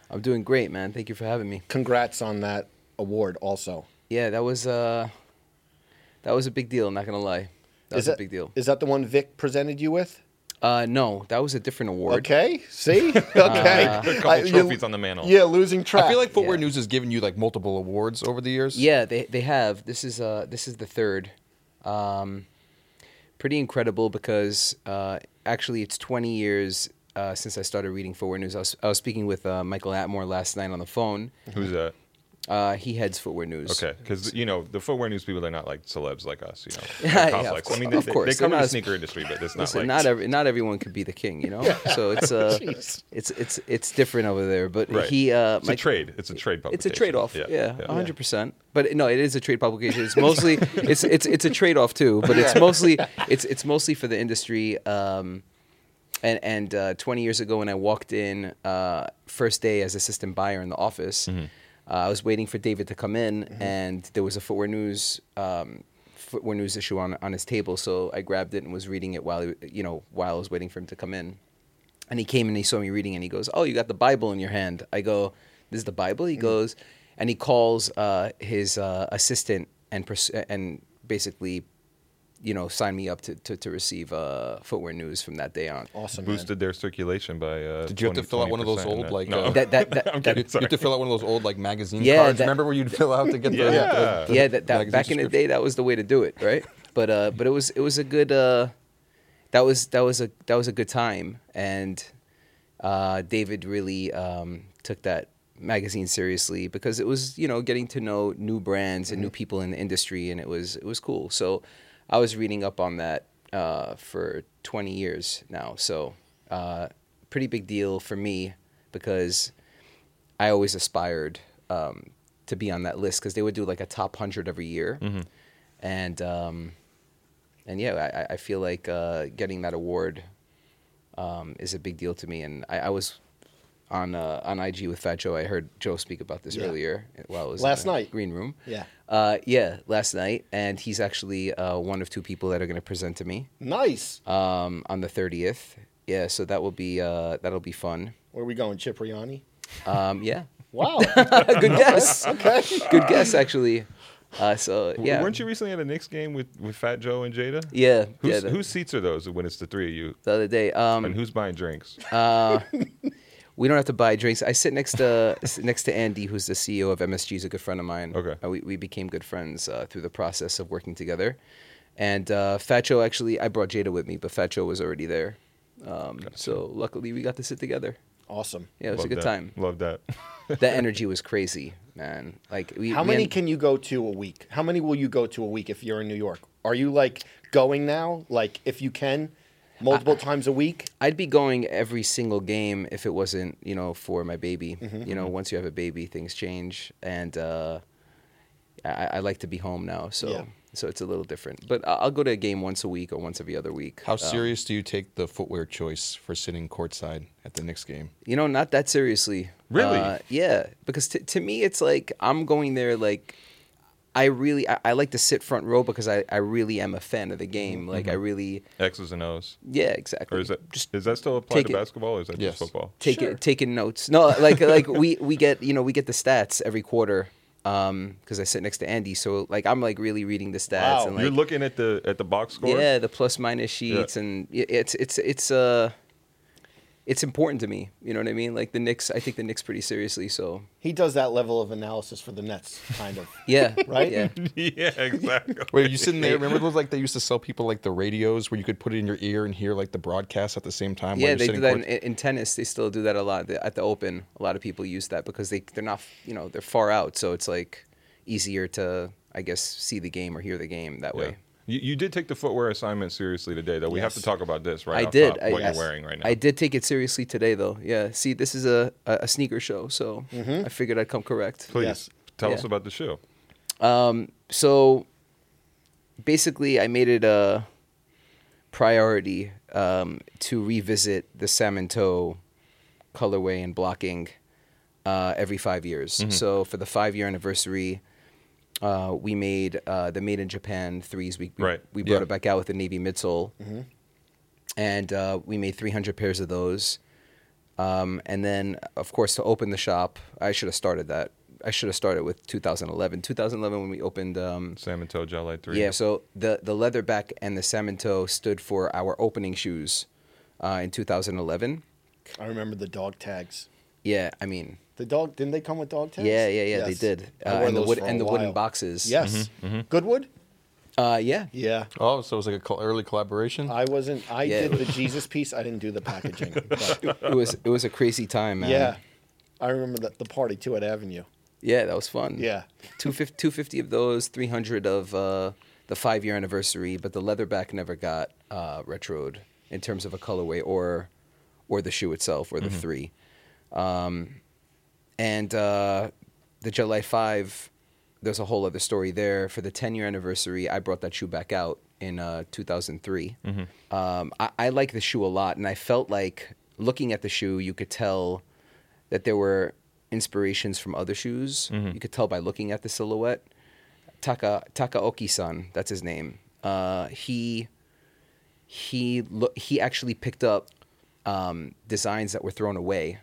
D: I'm doing great, man. Thank you for having me.
A: Congrats on that award also.
D: Yeah, that was uh, that was a big deal. Not gonna lie, that was
A: is that
D: a big deal.
A: Is that the one Vic presented you with?
D: Uh, no, that was a different award.
A: Okay.
D: *laughs*
A: See. Okay.
D: Uh,
C: Put a couple
A: I- you-
C: trophies on the mantle.
A: Yeah, losing track.
B: I feel like Footwear
D: Yeah.
B: News has given you like multiple awards over the years.
D: Yeah, they they have. This is uh, this is the third. Um, pretty incredible because uh, actually it's 20 years uh, since I started reading Footwear News. I was, I was speaking with uh, Michael Atmore last night on the phone.
C: Who's that?
D: Uh, he heads Footwear News.
C: Okay, because you know the footwear news people—they're not like celebs like us,
D: *laughs*
C: you know.
D: Yeah,
C: They're cops
D: of
C: like-
D: course.
C: I mean, they,
D: Of
C: they-
D: course.
C: they
D: They're
C: come in
D: not
C: the
D: as-
C: sneaker industry, but it's not
D: Listen,
C: like
D: not every not everyone could be the king, you know.
C: *laughs*
D: So it's uh,
A: Jeez.
D: it's it's it's different over there. But
C: Right.
D: he uh,
C: it's a
D: Mike-
C: trade. It's a trade
D: It's a
C: publication.
D: trade off.
C: Yeah,
D: Yeah,
C: yeah.
D: a hundred percent. But no, it is a trade publication. It's
C: *laughs*
D: mostly *laughs* it's it's it's a trade off too. But it's mostly it's it's mostly for the industry. Um, and and uh, 20 years ago when I walked in uh, first day as assistant buyer in the office,
C: Mm-hmm.
D: uh, I was waiting for David to come in, and there was a Footwear News um, Footwear News issue on on his table, so I grabbed it and was reading it while he, you know while I was waiting for him to come in, and he came and he saw me reading, and he goes, "Oh, you got the Bible in your hand." I go, "This is the Bible." He goes, and he calls uh, his uh, assistant and pers- and basically. You know, sign me up to, to, to receive uh, footwear news from that day on.
A: awesome. man.
C: boosted their circulation by. Uh,
B: Did you have to
C: 20,
B: fill out one of those
C: 20% in
B: old,
C: that.
B: like,
C: No.
B: uh,
D: *laughs*
C: *laughs*
D: that that,
B: *laughs*
D: that,
B: You,
D: that
B: you have to fill out one of those old like magazine
D: Yeah,
B: cards.
D: that-
B: Remember where you'd fill out to
D: *laughs*
B: get the
C: Yeah.
B: the- the
D: yeah that, that
B: magazine
D: back in the
B: subscription?
D: day that was the way to do it right but uh but it was it was a good uh that was that was a that was a good time and uh david really um took that magazine seriously because it was you know getting to know new brands and new people in the industry and it was it was cool. So I was reading up on that uh, for 20 years now. So uh, pretty big deal for me because I always aspired um, to be on that list because they would do like a top hundred every year, and um, and yeah, I- I, I feel like uh, getting that award um, is a big deal to me. And I, I was on uh, on IG with Fat Joe. I heard Joe speak about this
A: Yeah.
D: earlier uh, while I was in
A: Last
D: the
A: night.
D: green room.
A: Yeah.
D: uh, yeah, last night, and he's actually uh, one of two people that are going to present to me
A: Nice.
D: um, on the thirtieth. Yeah, so that will be uh, that'll be fun.
A: Where are we going, Cipriani?
D: Um,
A: *laughs*
D: yeah, *laughs*
A: Wow.
D: good guess.
A: okay.
D: Good guess, actually. Uh, so
C: W-
D: yeah,
C: Weren't you recently at a Knicks game with, with Fat Joe and Jada?
D: Yeah,
C: Whose,
D: yeah. The,
C: whose seats are those when it's the three of you?
D: the other day,
C: And
D: um,
C: who's buying drinks?
D: we don't have to buy drinks. I sit next to *laughs* sit next to Andy, who's the CEO of MSG. He's a good friend of mine.
C: Okay.
D: Uh, we we became good friends uh, through the process of working together. And uh, Facho actually, I brought Jada with me, but Facho was already there. Um, So luckily, we got to sit together.
A: Awesome.
D: Yeah, it was
C: Love
D: a good
C: that. *laughs*
D: time.
C: Love that.
D: The energy was crazy, man. Like we,
A: How
D: we
A: many
D: en-
A: can you go to a week? How many will you go to a week if you're in New York? Are you like going now? Like if you can, multiple times a week?
D: I'd be going every single game if it wasn't, you know, for my baby. You know, once you have a baby, things change, and uh, I, I like to be home now, so
A: Yeah.
D: so it's a little different. But I- I'll go to a game once a week or once every other week.
B: How
D: Uh,
B: serious do you take the footwear choice for sitting courtside at the next game?
D: you know, not that seriously.
C: Really?
D: Uh, yeah, because t- to me, it's like I'm going there like. I really I, I like to sit front row because I, I really am a fan of the game. Like I really
C: X's and O's.
D: yeah exactly.
C: Mm-hmm. Or is that does that still apply
D: take
C: to
D: it-
C: basketball or is that
B: Yes.
C: just football?
D: taking
A: Sure.
D: taking notes. No, like like we we get you know we get the stats every quarter because I sit next to Andy, so like I'm like really reading the stats
A: Wow.
D: and
C: You're
D: like
C: looking at the at the box score?
D: yeah the plus minus sheets and y- it's it's it's uh it's important to me. You know what I mean? Like the Knicks, I take the Knicks pretty seriously. So
A: He does that level of analysis for the Nets, kind of.
D: yeah,
A: Right?
D: Yeah.
C: *laughs* yeah, exactly.
B: Wait, you sitting there? Remember those like they used to sell people like the radios where you could put it in your ear and hear like the broadcast at the same time. while
D: Yeah,
B: you're
D: they do
B: sitting
D: that in,
B: court-
D: in tennis. They still do that a lot The- at the Open. A lot of people use that because they they're not you know they're far out, so it's like easier to I guess see the game or hear the game that
C: Yeah.
D: *laughs* way.
C: You, you did take the footwear assignment seriously today, though. We have to
A: Yes.
C: talk about this, right?
D: I
C: off
D: did.
C: top,
D: I,
C: what
D: yes.
C: you're wearing right now.
D: I did take it seriously today, though. Yeah. See, this is a, a a sneaker show, so I figured I'd come correct.
C: Please
A: Yes.
C: tell
D: Yeah.
C: us about the shoe.
D: So basically, I made it a priority um, to revisit the salmon toe colorway and blocking uh, every five years.
C: Mm-hmm.
D: So for the five year anniversary, uh, we made uh, the Made in Japan threes. We we,
C: Right.
D: we brought
B: Yeah.
D: it back out with the navy midsole, and uh, we made 300 pairs of those. Um, and then, of course, to open the shop, I should have started that. I should have started with 2011. 2011 when we opened. Um,
C: Salmon toe gel light three.
D: yeah, so the the leather back and the salmon toe stood for our opening shoes uh, in 2011.
A: I remember the dog tags.
D: Yeah, I mean,
A: The dog didn't they come with dog tags?
D: yeah, yeah, yeah, they
A: Yes.
D: did.
A: I
D: Uh,
A: wore
D: and the
A: those
D: wood
A: for a
D: and the wooden
A: while.
D: boxes.
A: Yes. Goodwood?
D: Uh, yeah.
A: Yeah.
B: Oh, so it was like a col- early collaboration.
D: Uh,
A: I wasn't I
D: Yeah.
A: did the Jesus piece, I didn't do the
D: *laughs*
A: packaging. but
D: It was it was a crazy time, man.
A: yeah. I remember the, the party too at Avenue.
D: Yeah, that was fun.
A: Yeah.
D: 250, 250 of those, 300 of uh, the five year anniversary, but the leatherback never got uh, retroed in terms of a colorway or or the shoe itself or the three. Um, and uh, the July 5, there's a whole other story there. For the 10 year anniversary, I brought that shoe back out in uh, 2003. Um, I, I like the shoe a lot, and I felt like looking at the shoe, you could tell that there were inspirations from other shoes. You could tell by looking at the silhouette. Taka Takaoki-san, that's his name. Uh, he he lo- he actually picked up um, designs that were thrown away,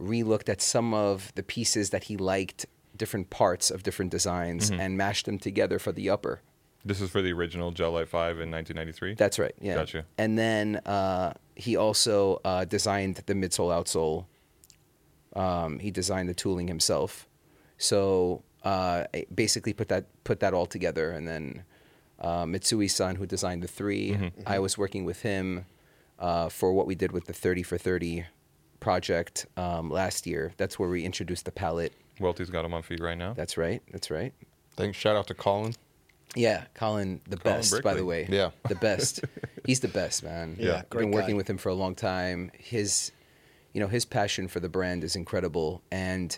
D: re-looked at some of the pieces that he liked, different parts of different designs, and mashed them together for the upper.
C: This is for the original gel light five in 1993.
D: That's right. Yeah.
C: Gotcha.
D: And then uh, he also uh, designed the midsole outsole. Um, he designed the tooling himself. So uh, I basically put that put that all together, and then uh, Mitsui-san, who designed the 3 I was working with him uh, for what we did with the thirty for thirty project um, last year. That's where we introduced the palette.
C: Welty's got him on feet right now.
D: That's right. That's right.
B: Thanks. Shout out to Colin.
D: Yeah, Colin, the best, by
C: Brickley.
D: the way.
B: Yeah.
D: the best. He's the best, man.
A: Yeah,
D: I've
A: great
D: been working
A: guy.
D: with him for a long time. His, you know, his passion for the brand is incredible, and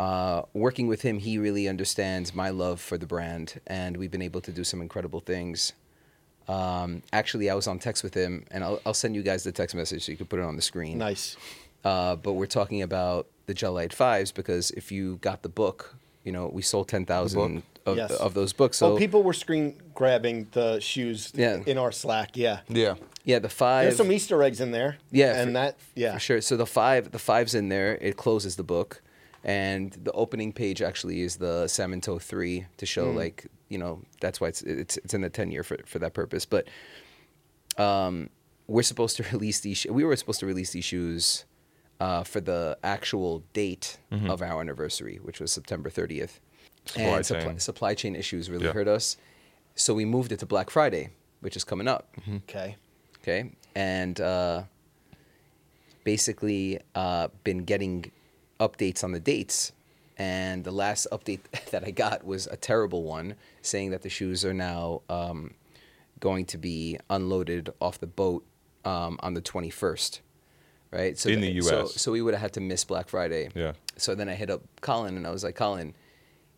D: uh, working with him, he really understands my love for the brand, and we've been able to do some incredible things. Um, actually, I was on text with him, and I'll, I'll send you guys the text message so you can put it on the screen.
A: Nice.
D: Uh, but we're talking about the Gel Light Fives because if you got the book, you know, we sold ten thousand of,
A: Yes.
D: of those books. So
A: So Oh, people were screen grabbing the shoes
D: Yeah.
A: in our Slack. Yeah.
B: Yeah.
D: Yeah, the five.
A: There's some Easter eggs in there.
D: Yeah,
A: And
D: for-
A: that, yeah.
D: for sure. So the five, the five's in there. It closes the book, and the opening page actually is the Samento three to show like you know that's why it's it's it's in the ten year for for that purpose. But um, we're supposed to *laughs* release these. sho- We were supposed to release these shoes uh, for the actual date of our anniversary, which was September 30th.
C: Supply
D: and supply,
C: chain.
D: supply chain issues really
C: Yeah.
D: hurt us, so we moved it to Black Friday, which is coming up.
A: Okay.
D: Okay. And uh, basically, uh, been getting updates on the dates. And the last update *laughs* that I got was a terrible one saying that the shoes are now um, going to be unloaded off the boat um, on the 21st. Right. So
C: In the
D: So,
C: US.
D: so we would have had to miss Black Friday.
C: Yeah.
D: So then I hit up Colin and I was like, Colin,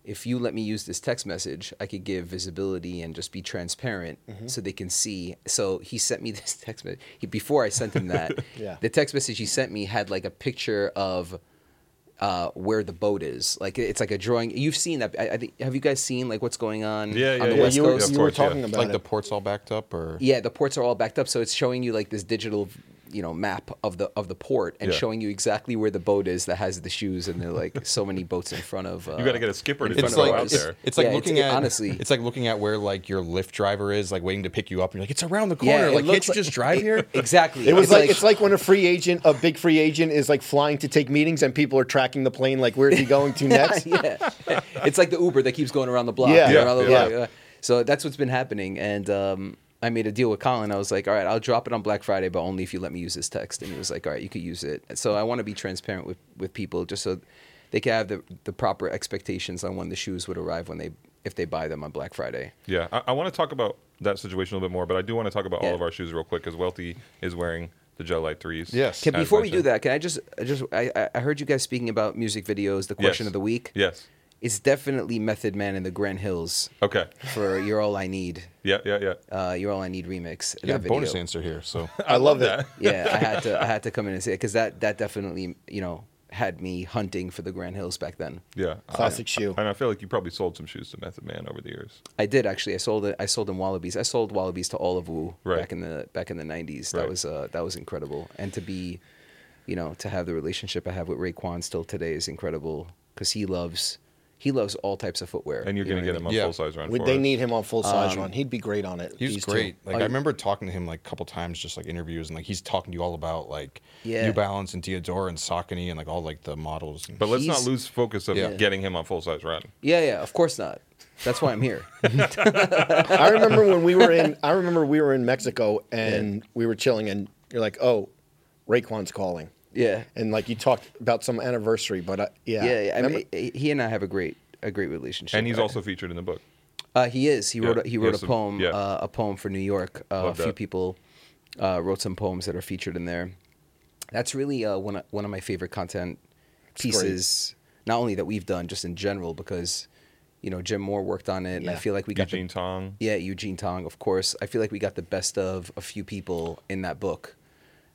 D: if you let me use this text message, I could give visibility and just be transparent
A: Mm-hmm.
D: so they can see. So he sent me *laughs* this text message. He, before I sent him that,
A: *laughs* Yeah.
D: the text message he sent me had like a picture of uh, where the boat is. Like it's like a drawing. You've seen that. I, I think, have you guys seen like what's going on
C: Yeah,
D: on the
C: yeah,
A: Yeah,
D: West
A: you
D: Coast?
A: were,
C: Yeah, of
A: you were
C: course, yeah.
A: talking about
B: like
A: it.
B: the port's all backed up or
D: Yeah, the ports are all backed up, so it's showing you like this digital, you know, map of the of the port and
C: Yeah.
D: showing you exactly where the boat is that has the shoes and there are like so many boats in front of. Uh,
C: You got to get a skipper to
D: front
B: It's
C: just
D: of
C: go
B: like
D: our
C: out
B: it's,
D: house.
C: there.
B: it's like
D: Yeah,
B: looking
D: it's-
B: at
D: honestly.
B: It's like looking at where like your Lyft driver is, like waiting to pick you up, and you're like, it's around the corner.
D: it
B: like, can't
D: looks
B: you
D: like- e-"
B: just drive here?
D: *laughs* exactly.
A: It was like,
D: *laughs*
A: it's like when a free agent, a big free agent, is like flying to take meetings, and people are tracking the plane, like where is he going
D: *laughs*
A: to next?
D: yeah, *laughs* it's like the Uber that keeps going around the block.
A: Yeah.
D: and
A: Yeah,
D: around the
A: yeah.
D: block. So that's what's been happening, and um, I made a deal with Colin. I was like, "All right, I'll drop it on Black Friday, but only if you let me use this text." And he was like, "All right, you could use it." So I want to be transparent with with people, just so they can have the the proper expectations on when the shoes would arrive when they if they buy them on Black Friday.
C: Yeah, I, I want to talk about that situation a little bit more, but I do want to talk about
D: Yeah.
C: all of our shoes real quick because Welty is wearing the Gel Light threes.
B: Yes.
D: Can,
C: as
D: before we do
C: mentioned.
D: that, can I just I just I, I- I heard you guys speaking about music videos. The question
C: Yes.
D: of the week.
C: Yes.
D: It's definitely Method Man and the Grand Hills
C: Okay.
D: for "You're All I Need."
C: Yeah, yeah, yeah.
D: uh, "You're All I Need" remix.
B: You
D: that
B: got a bonus
D: video.
B: answer here,
D: *laughs*
B: so
A: I love it.
D: yeah, I had
C: *laughs*
D: to I had to come in and say because that that definitely you know had me hunting for the Grand Hills back then.
C: Yeah.
A: Classic
C: I-
A: shoe.
C: And I feel like you probably sold some shoes to Method Man over the years.
D: I did actually. I sold it. I sold them Wallabies. I sold Wallabies to all of Wu
C: Right.
D: back in the back in the nineties. That
C: Right.
D: was uh, that was incredible. And to be, you know, to have the relationship I have with Raekwon still today is incredible because he loves he loves all types of footwear.
C: And you're
D: You know
C: going to
D: what
C: get
D: I mean?
C: him a
B: Yeah.
C: full size run.
A: Would
C: for
A: they
C: us.
A: need him on full size run? He'd be great on it.
B: he's
A: these two.
B: great. Like
D: Oh,
B: I
D: you-
B: remember talking to him like a couple times, just like interviews, and like he's talking to you all about like
D: Yeah.
B: New Balance and Diodora and Saucony and like all like the models. And
C: But let's not
D: He's-
C: lose focus of
B: Yeah.
C: getting him on full size run.
D: Yeah, yeah. Of course not. That's why I'm here.
A: *laughs*
C: *laughs*
A: I remember when we were in. I remember we were in Mexico and we were chilling, and you're like, "Oh, Raekwon's calling,"
D: yeah.
A: and like you talked about some anniversary, but I, yeah,
D: Yeah, yeah. I
A: Remember-
D: mean, he and I have a great a great relationship.
C: And he's
D: I-
C: also featured in the book.
D: Uh, he is. He wrote. A, he
C: he
D: wrote
C: has
D: a
C: some-
D: poem.
C: yeah.
D: Uh, a poem for New York. Uh, a
C: Love
D: few
C: that.
D: people uh, wrote some poems that are featured in there. That's really uh, one of, one of my favorite content
A: great.
D: pieces. Not only that we've done, just in general, because you know Jim Moore worked on it, and I
A: Yeah.
D: feel like we got
C: Eugene
D: the,
C: Tong.
D: yeah Eugene Tong, of course. I feel like we got the best of a few people in that book,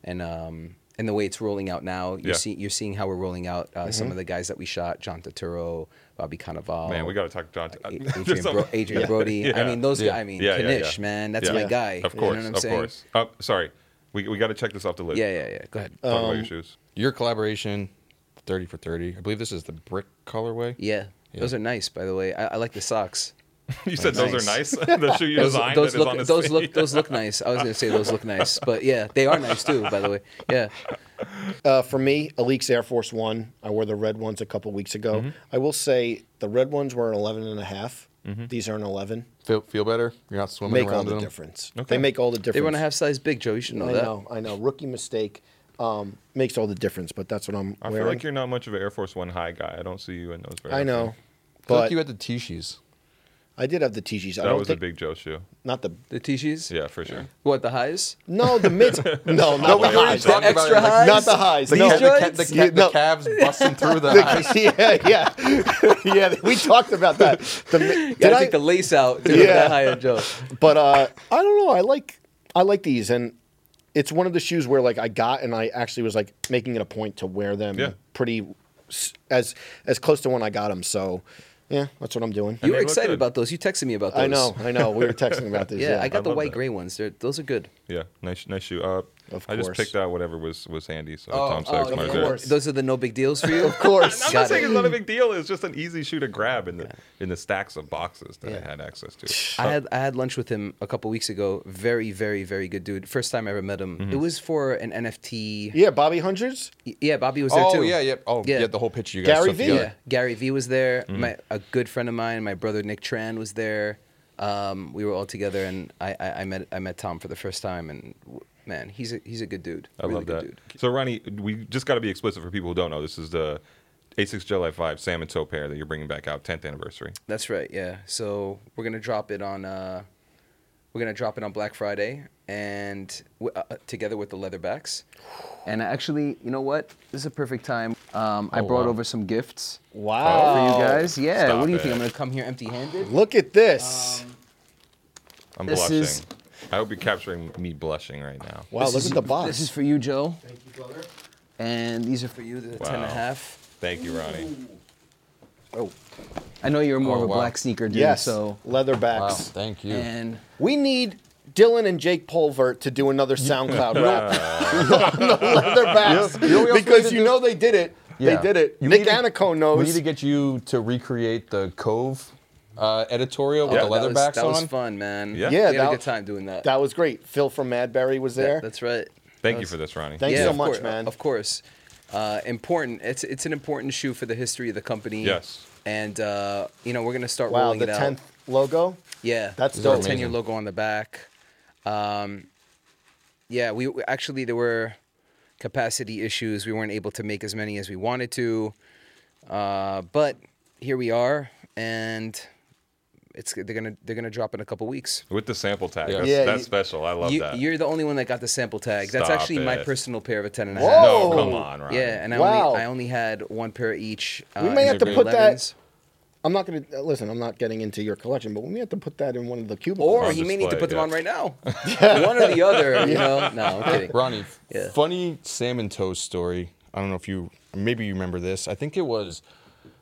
D: and um and the way it's rolling out now, you're
C: Yeah.
D: seeing you're seeing how we're rolling out uh, some of the guys that we shot, John Turturro, Bobby Cannavale.
C: Man, we got to talk to *laughs*
D: A-
C: John.
D: Adrian, Bro- Adrian Brody. I
C: Yeah.
D: mean, those
B: Yeah.
D: guys. I mean,
C: Yeah, yeah, yeah.
D: Kanish, man, that's
C: Yeah.
D: my guy.
C: Of
D: You know
C: course,
D: what I'm
C: of
D: saying?
C: course. Oh, sorry, we, we got to check this off the list.
D: Yeah, yeah, yeah. Go ahead.
C: Talk
B: Um,
C: about your shoes.
B: your collaboration, thirty for thirty. I believe this is the brick colorway.
D: yeah. those
B: Yeah.
D: are nice, by the way. I, I like the socks.
C: *laughs* You said those are nice. *laughs*
D: Nice.
C: the shoe you
D: Those,
C: designed
D: those
C: that is on
D: look,
C: his
D: those
C: feet.
D: look, those look nice. I was gonna say those look nice, but yeah, they are nice too. By the way, yeah,
A: Uh, for me, Alix Air Force One. I wore the red ones a couple weeks ago. I will say the red ones were an 11 and a half. These are an 11.
B: Feel, feel better. You're not swimming
A: Make
B: around
A: all
B: in
A: the
B: them.
A: difference.
C: Okay.
A: They make all the difference.
D: they run a half size big, Joe. You should know
A: I
D: that.
A: know, I know. Rookie mistake. um, makes all the difference. But that's what I'm
C: I
A: wearing.
C: feel like you're not much of an Air Force One high guy. I don't see you in those. Very
A: I
C: often.
A: know,
B: I feel
A: but
B: like you had the Tishies.
A: I did have the TGs. I
C: That
A: don't
C: was
A: think,
C: a big Joe shoe.
A: not the
D: The tissues?
C: Yeah, for sure.
D: What, the highs?
A: no the
C: *laughs*
A: mids. no, not the
B: we were
A: highs.
D: The
B: talking about it,
D: extra
B: like,
D: highs?
A: Not the highs.
B: The,
A: no.
B: ca- the, ca- the,
D: joints?
B: ca-
A: You-
B: the
A: no.
B: calves busting through
D: *laughs*
B: the eyes.
A: *laughs* yeah, yeah, yeah. We talked about that. The, mi-
D: Gotta
A: did I-
D: take the lace out to yeah.
A: Yeah.
D: that high end Joe.
A: but uh, I don't know. I like I like these, and it's one of the shoes where like I got, and I actually was like making it a point to wear them
C: Yeah.
A: pretty s- as as close to when I got them. So yeah, that's what I'm doing.
D: You
C: they
D: were
C: look
D: excited
C: good.
D: about those. You texted me about those.
A: I know, I know. We were texting
C: *laughs*
A: about this.
D: Yeah,
A: yeah,
D: I got
C: I
D: the
C: love
D: white
C: that.
D: gray ones. They're, those are good.
C: Yeah, nice, nice shoe. Uh,
A: Of
C: I just
A: course.
C: picked out whatever was was handy. So Tom
D: Oh,
C: Sachs
D: yeah,
C: might
A: of
C: as well.
A: course.
D: Those are the no big deals for you? of
A: course.
C: I'm not saying it's not a big deal. It's just an easy shoe to grab in the in the stacks of boxes that
D: Yeah.
C: I had access to.
D: I had I had lunch with him a couple weeks ago. Very, very, very good dude. First time I ever met him. It was for an NFT.
A: yeah. Bobby hundreds.
D: Y- Yeah, Bobby was there
B: Oh
D: too.
B: yeah, yeah. Oh
D: Yeah.
B: yeah, the whole picture you guys
A: Gary
B: took
A: Vee.
D: Yeah.
B: together.
D: Gary Vee was there.
C: Mm-hmm.
D: My a good friend of mine, my brother Nick Tran was there. Um, we were all together, and I, I, I met I met Tom for the first time, and w- man, he's a he's a good dude.
C: I
D: Really
C: love
D: good
C: that.
D: Dude.
C: So Ronnie, we just got to be explicit for people who don't know. This is the A6 Jelly 5 salmon toe pair that you're bringing back out 10th anniversary.
D: That's right. Yeah. So we're gonna drop it on uh, we're gonna drop it on Black Friday, and w- uh, uh, together with the leatherbacks. And actually, you know what? This is a perfect time. Um,
C: Oh,
D: I brought over some gifts for
A: Wow.
D: you guys. Yeah.
C: Stop
D: what do you
C: it.
D: think? I'm gonna come here empty-handed.
A: Look at this.
B: Um,
C: I'm
D: This
C: blushing.
D: is-
C: I hope you're capturing me blushing right now.
A: wow.
D: This
A: Look
D: is-
A: at the box.
D: This is for you, Joe.
E: Thank you, brother.
D: And these are for you, the 10 and a
C: Wow.
D: half.
C: Thank you, Ronnie.
A: oh
D: I know you're more
B: Oh,
D: of a
B: wow.
D: black sneaker dude,
A: yes.
D: so.
B: Wow,
A: leatherbacks.
B: thank you.
D: And
A: We need Dylan and Jake Polvert to do
B: *laughs*
A: another SoundCloud rap. *laughs* on the leatherbacks.
B: know what else we need
A: because
B: to
A: you know they did it.
B: Yeah.
A: They did it.
B: You
A: Nick
B: need to-
A: Anico
B: We
A: knows.
B: need to get you to recreate the Cove uh, editorial with
C: Yeah,
B: the
D: oh, that was,
B: leatherbacks
D: that was
B: on.
D: fun, man.
A: Yeah,
C: Yeah.
D: we had
A: that-
D: a good time doing that.
A: that was great. Phil from Madberry was there.
D: That- that's right.
C: Thank you
D: was-
C: for this, Ronnie.
A: Thank
D: yeah,
A: you so
D: of
A: much,
D: cour-
A: man.
D: Of course. Uh, important. It's it's an important shoe for the history of the company.
C: Yes.
D: And uh, you know we're gonna start
A: wow,
D: rolling
A: the
D: it out.
A: tenth logo.
D: Yeah,
A: That's
D: the
A: dope.
D: Ten year logo on the back. Um, yeah, we we- actually there were capacity issues. We weren't able to make as many as we wanted to, uh, but here we are, and it's they're gonna they're gonna drop in a couple weeks.
C: With the sample tag.
B: Yeah.
C: That's,
A: Yeah,
C: that's
A: you-
C: special. I love
D: You,
C: that.
D: you're the only one that got the sample tag. That's
C: Stop
D: actually my
C: it.
D: personal pair of a ten and a
A: Whoa.
D: half.
C: no, come
A: Oh.
C: on, Ronnie.
D: Yeah, and I
A: Wow.
D: only I only had one pair each. Uh,
A: We may
D: in
A: have to
D: grade
A: put that-
D: 11s.
A: I'm not gonna uh, listen. I'm not getting into your collection, but we may have to put that in one of the cubicles.
D: Or
C: On
D: he may need to
C: display,
D: put them
C: yeah.
D: on right now.
A: *laughs*
D: One or the other, you know. No, I'm kidding.
B: Ronnie,
D: Yeah.
B: funny salmon toast story. I don't know if you maybe you remember this. I think it was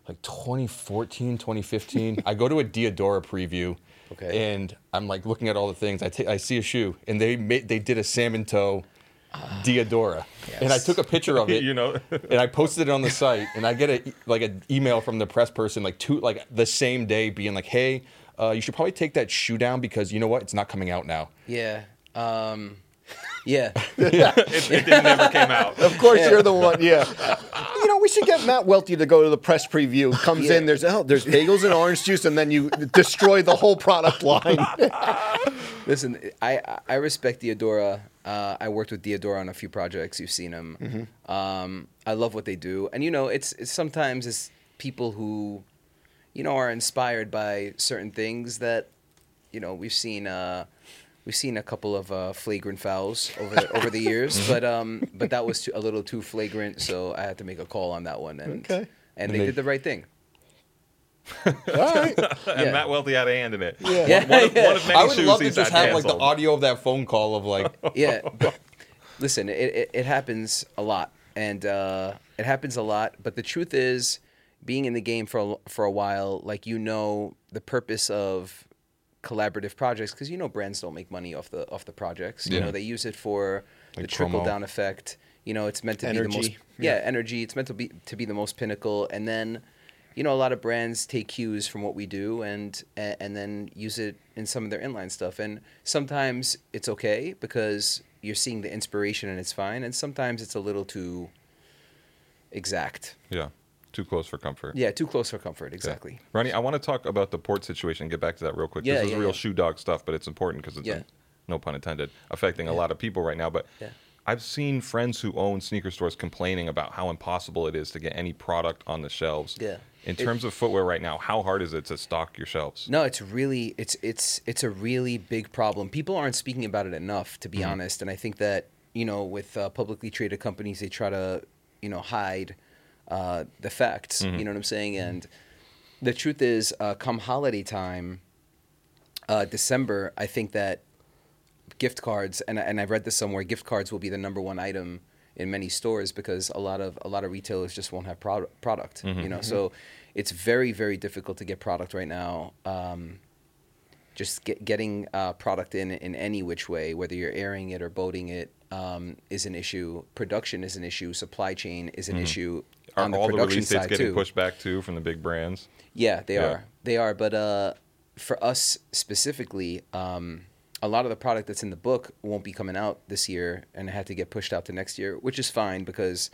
B: like 2014,
D: *laughs*
B: 2015. I go to a Diodora preview.
D: Okay.
B: And I'm like looking at all the things. I ta- I see a shoe, and they made they did a salmon toe Diodora, and I
D: Ah, Yes.
B: took a picture
D: *laughs*
B: of it.
C: You know, *laughs*
B: and I posted it on the site, and I get a like an email from the press person like two like the same day, being like, "Hey, uh, you should probably take that shoe down because you know what? It's not coming out now."
D: Yeah. Um, yeah.
B: *laughs*
C: it, it never came out. *laughs*
A: Of course, you're the one. Yeah. you know, we should get Matt Welty to go to the press preview. Comes
D: Yeah.
A: in, there's oh, there's bagels and orange juice, and then you destroy the whole product line.
D: Listen, I I respect Diodora. Uh, I worked with Diodora on a few projects. You've seen them. Um, I love what they do, and you know, it's, it's sometimes it's people who, you know, are inspired by certain things that, you know, we've seen. Uh, We've seen a couple of uh, flagrant fouls over the, over the years, but um, but that was too, a little too flagrant, so I had to make a call on that one, and
A: Okay.
D: and
B: And
D: they,
B: they-
D: did the right thing.
A: *laughs* All right.
C: And
D: Yeah.
C: Matt Welty had a hand in it.
A: Yeah.
D: Yeah,
C: One, of, one of many
B: I would
C: shoes
B: love to
C: he's
B: just
C: had
B: have like the
C: canceled.
B: audio of that phone call of
D: *laughs*
B: like,
D: yeah. Listen, it, it, it happens a lot, and uh, it happens a lot. But the truth is, being in the game for a, l- for a while, like you know, the purpose of collaborative projects, because you know brands don't make money off the off the projects. You
B: Yeah.
D: know, they use it for the
B: Like
D: trickle
B: promo.
D: down effect. You know, it's meant to be the most
A: Energy.
D: yeah, energy. It's meant to be to be the most pinnacle, and then. You know, a lot of brands take cues from what we do and a- and then use it in some of their inline stuff. And sometimes it's okay because you're seeing the inspiration and it's fine. And sometimes it's a little too exact.
C: Yeah. Too close for comfort.
D: Yeah, too close for comfort.
C: Yeah.
D: Exactly.
C: Ronnie, I want to talk about the port situation and get back to that real quick.
D: Yeah,
C: this is
D: yeah,
C: real
D: yeah.
C: shoe dog stuff, but it's important because it's,
D: Yeah.
C: no pun intended, affecting a lot of people right now. But
D: Yeah.
C: I've seen friends who own sneaker stores complaining about how impossible it is to get any product on the shelves.
D: Yeah.
C: In
D: It-
C: terms of footwear right now, how hard is it to stock your shelves?
D: No, it's really it's it's it's a really big problem. People aren't speaking about it enough, to be honest. And I think that you know, with uh, publicly traded companies, they try to you know hide uh, the facts. You know what I'm saying? And the truth is, uh, come holiday time, uh, December, I think that gift cards and and I read this somewhere. Gift cards will be the number one item in many stores because a lot of a lot of retailers just won't have prod- product.
C: Mm-hmm.
D: You know, so it's very very difficult to get product right now. Um, just get, getting uh, product in in any which way, whether you're airing it or boating it, um, is an issue. Production is an issue. Supply chain is an issue.
C: Mm-hmm. Are
D: on the
C: all the
D: production
C: release dates
D: side
C: getting
D: too.
C: pushed back too from the big brands?
D: Yeah, they
C: Yeah.
D: are. They are. But uh, for us specifically, um, a lot of the product that's in the book won't be coming out this year and it had to get pushed out to next year, which is fine because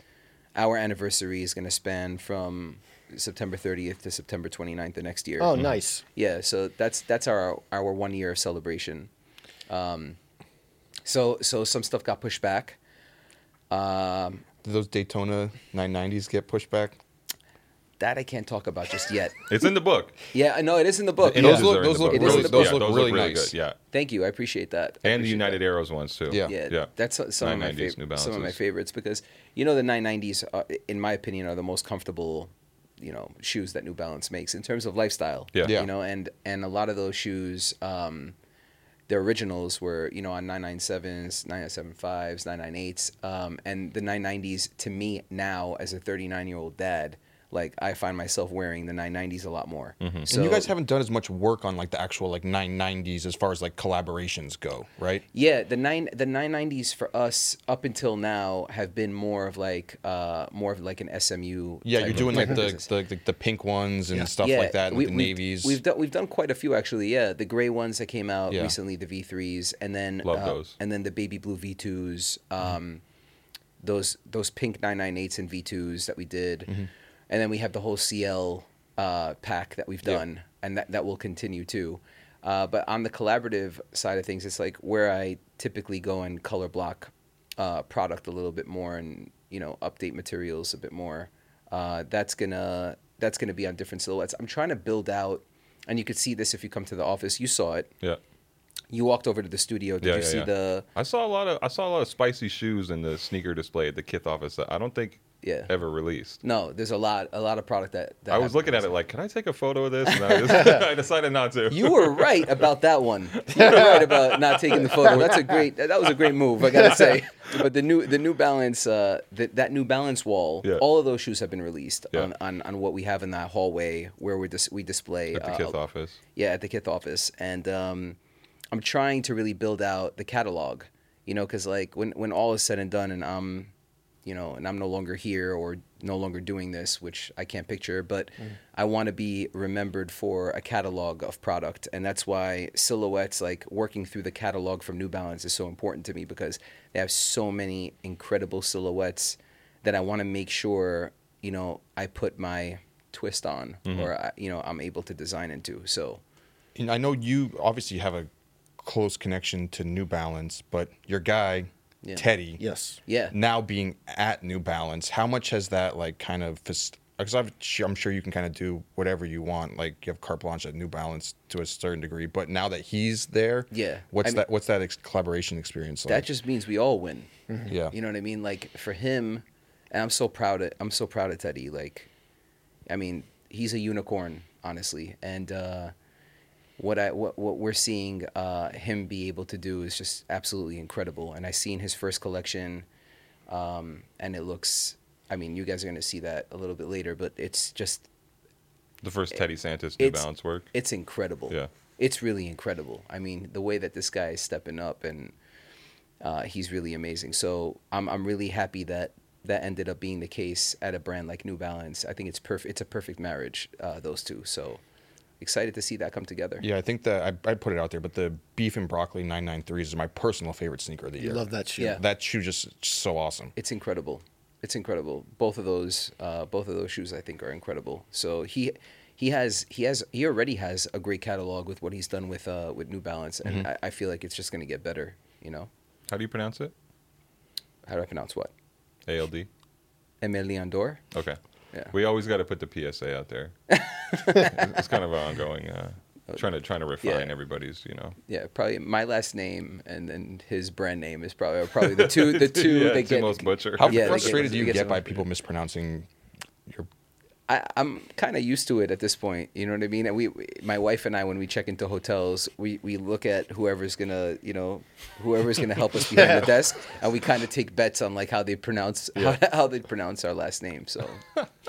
D: our anniversary is going to span from September 30th to September 29th the next year.
A: Oh, nice.
D: Yeah, so that's that's our our one year of celebration. Um, so so some stuff got pushed back.
B: Did those Daytona 990s get pushed back?
D: That I can't talk about just yet.
C: It's in
B: *laughs*
C: the book.
D: Yeah, I know it is in the book.
C: And
B: Those
D: Yeah.
B: look-
C: those are in
B: those
C: the
B: look
C: book.
D: really-
C: Those-
D: those
C: yeah,
B: look really nice.
C: good, Yeah.
D: Thank you, I appreciate that. I
C: And the
D: appreciate that.
C: United Arrows ones too.
B: Yeah.
D: Yeah,
C: Yeah.
D: that's so- some of my
C: 990s, New
D: favorite. Some of my
C: Balances.
D: favorites because you know the 990s, are, in my opinion, are the most comfortable, you know, shoes that New Balance makes in terms of lifestyle.
C: Yeah. Yeah.
D: You know, and and a lot of those shoes, um, their originals were you know on 997s, 975s, 998s, um, and the 990s to me now as a 39 year old dad. Like I find myself wearing the 990s a lot more.
C: Mm-hmm.
D: So
B: and you guys haven't done as much work on like the actual like 990s as far as like collaborations go, right?
D: Yeah, the nine the nine nineties for us up until now have been more of like uh more of like an SMU.
B: Yeah,
D: type
B: you're
D: of-
B: doing like
D: type
B: the
D: of business.
B: the, the the pink ones and stuff like that, and
D: we-
B: the
D: we've-
B: navies.
D: We've done we've done quite a few actually. Yeah, the gray ones that came out
B: Yeah.
D: recently, the V threes, and then
C: Love those.
D: Uh, and then the baby blue V twos. Um, those those pink nine nine eights and V twos that we did,
C: Mm-hmm.
D: and then we have the whole CL uh, pack that we've done, and that that will continue too. Uh, but on the collaborative side of things, it's like where I typically go and color block uh, product a little bit more, and you know update materials a bit more. Uh, that's gonna that's gonna be on different silhouettes. I'm trying to build out, and you could see this if you come to the office. You saw it.
C: Yeah.
D: You walked over to the studio. Did
C: Yeah,
D: you
C: yeah,
D: see
C: yeah.
D: the
C: I saw a lot of I saw a lot of spicy shoes in the sneaker display at the Kith office that I don't think
D: Yeah.
C: ever released.
D: No, there's a lot, a lot of product that. that
C: I was
D: happened.
C: looking at it like, can I take a photo of this? And
D: *laughs*
C: I, just, *laughs* I decided not to.
D: You were right about that one. You were right about not taking the photo. That's a great. That was a great move, I
C: *laughs*
D: gotta say. But the new, the New Balance, uh, the, that New Balance wall,
C: Yeah.
D: all of those shoes have been released
C: Yeah.
D: on, on, on what we have in that hallway where we dis- we
C: *laughs*
D: display
C: at the
D: uh,
C: Kith office.
D: yeah at the kith office and um, i'm trying to really build out the catalog you know because like when, when all is said and done and i'm you know and i'm no longer here or no longer doing this which i can't picture but i want to be remembered for a catalog of product and that's why silhouettes like working through the catalog from new balance is so important to me because they have so many incredible silhouettes that i want to make sure you know i put my twist on or I, you know i'm able to design into so
B: and I know you obviously have a close connection to New Balance, but your guy
D: Yeah.
B: Teddy,
A: Yes.
D: yeah
B: now being at New Balance, how much has that like kind of because I'm sure you can kind of do whatever you want, like you have carte blanche at New Balance to a certain degree. But now that he's there,
D: Yeah.
B: what's
D: I mean-
B: that? What's that ex- collaboration experience like?
D: that just means we all win
B: yeah,
D: you know what i mean like for him and i'm so proud of i'm so proud of teddy like i mean he's a unicorn honestly and uh what I what, what we're seeing uh, him be able to do is just absolutely incredible, and I seen his first collection, um, and it looks. I mean, you guys are gonna see that a little bit later, but it's just
C: The first Teddy Santis New
D: it's-
C: Balance work.
D: it's incredible.
C: Yeah.
D: It's really incredible. I mean, the way that this guy is stepping up and uh, he's really amazing. So I'm I'm really happy that that ended up being the case at a brand like New Balance. I think it's perfect. It's a perfect marriage, uh, those two. So excited to see that come together.
B: yeah. I think that I, I put it out there, but the beef and broccoli 993s is my personal favorite sneaker of the
A: You
B: year.
A: love that shoe.
D: Yeah.
B: That shoe just, just so awesome.
D: It's incredible. It's incredible. Both of those, uh, both of those shoes, I think, are incredible. So he, he has, he has, he already has a great catalog with what he's done with uh,
C: Mm-hmm.
D: with New Balance, and I, I feel like it's just going to get better. You know,
C: How do you pronounce it?
D: how do I pronounce what?
C: ALD.
D: Emil Leondor.
C: Okay.
D: Yeah.
C: We always got to put the PSA out
D: *laughs*
C: there. it's kind of an ongoing. Uh, trying to trying to refine
D: Yeah.
C: everybody's. You
D: *laughs*
C: know.
D: Yeah, probably my last name and then his brand name is probably are probably the two the two
C: yeah,
D: they get.
C: Timo's butcher.
B: How
D: Yeah, they get-
B: frustrated do
D: they
B: you
D: get
B: get
D: some-
B: by people mispronouncing your?
D: I, I'm kind of used to it at this point. You know what I mean? And we, we, my wife and I, when we check into hotels, we, we look at whoever's gonna, you know, whoever's gonna help us behind the desk, and we kind of take bets on like how they pronounce how, how they pronounce our last name. So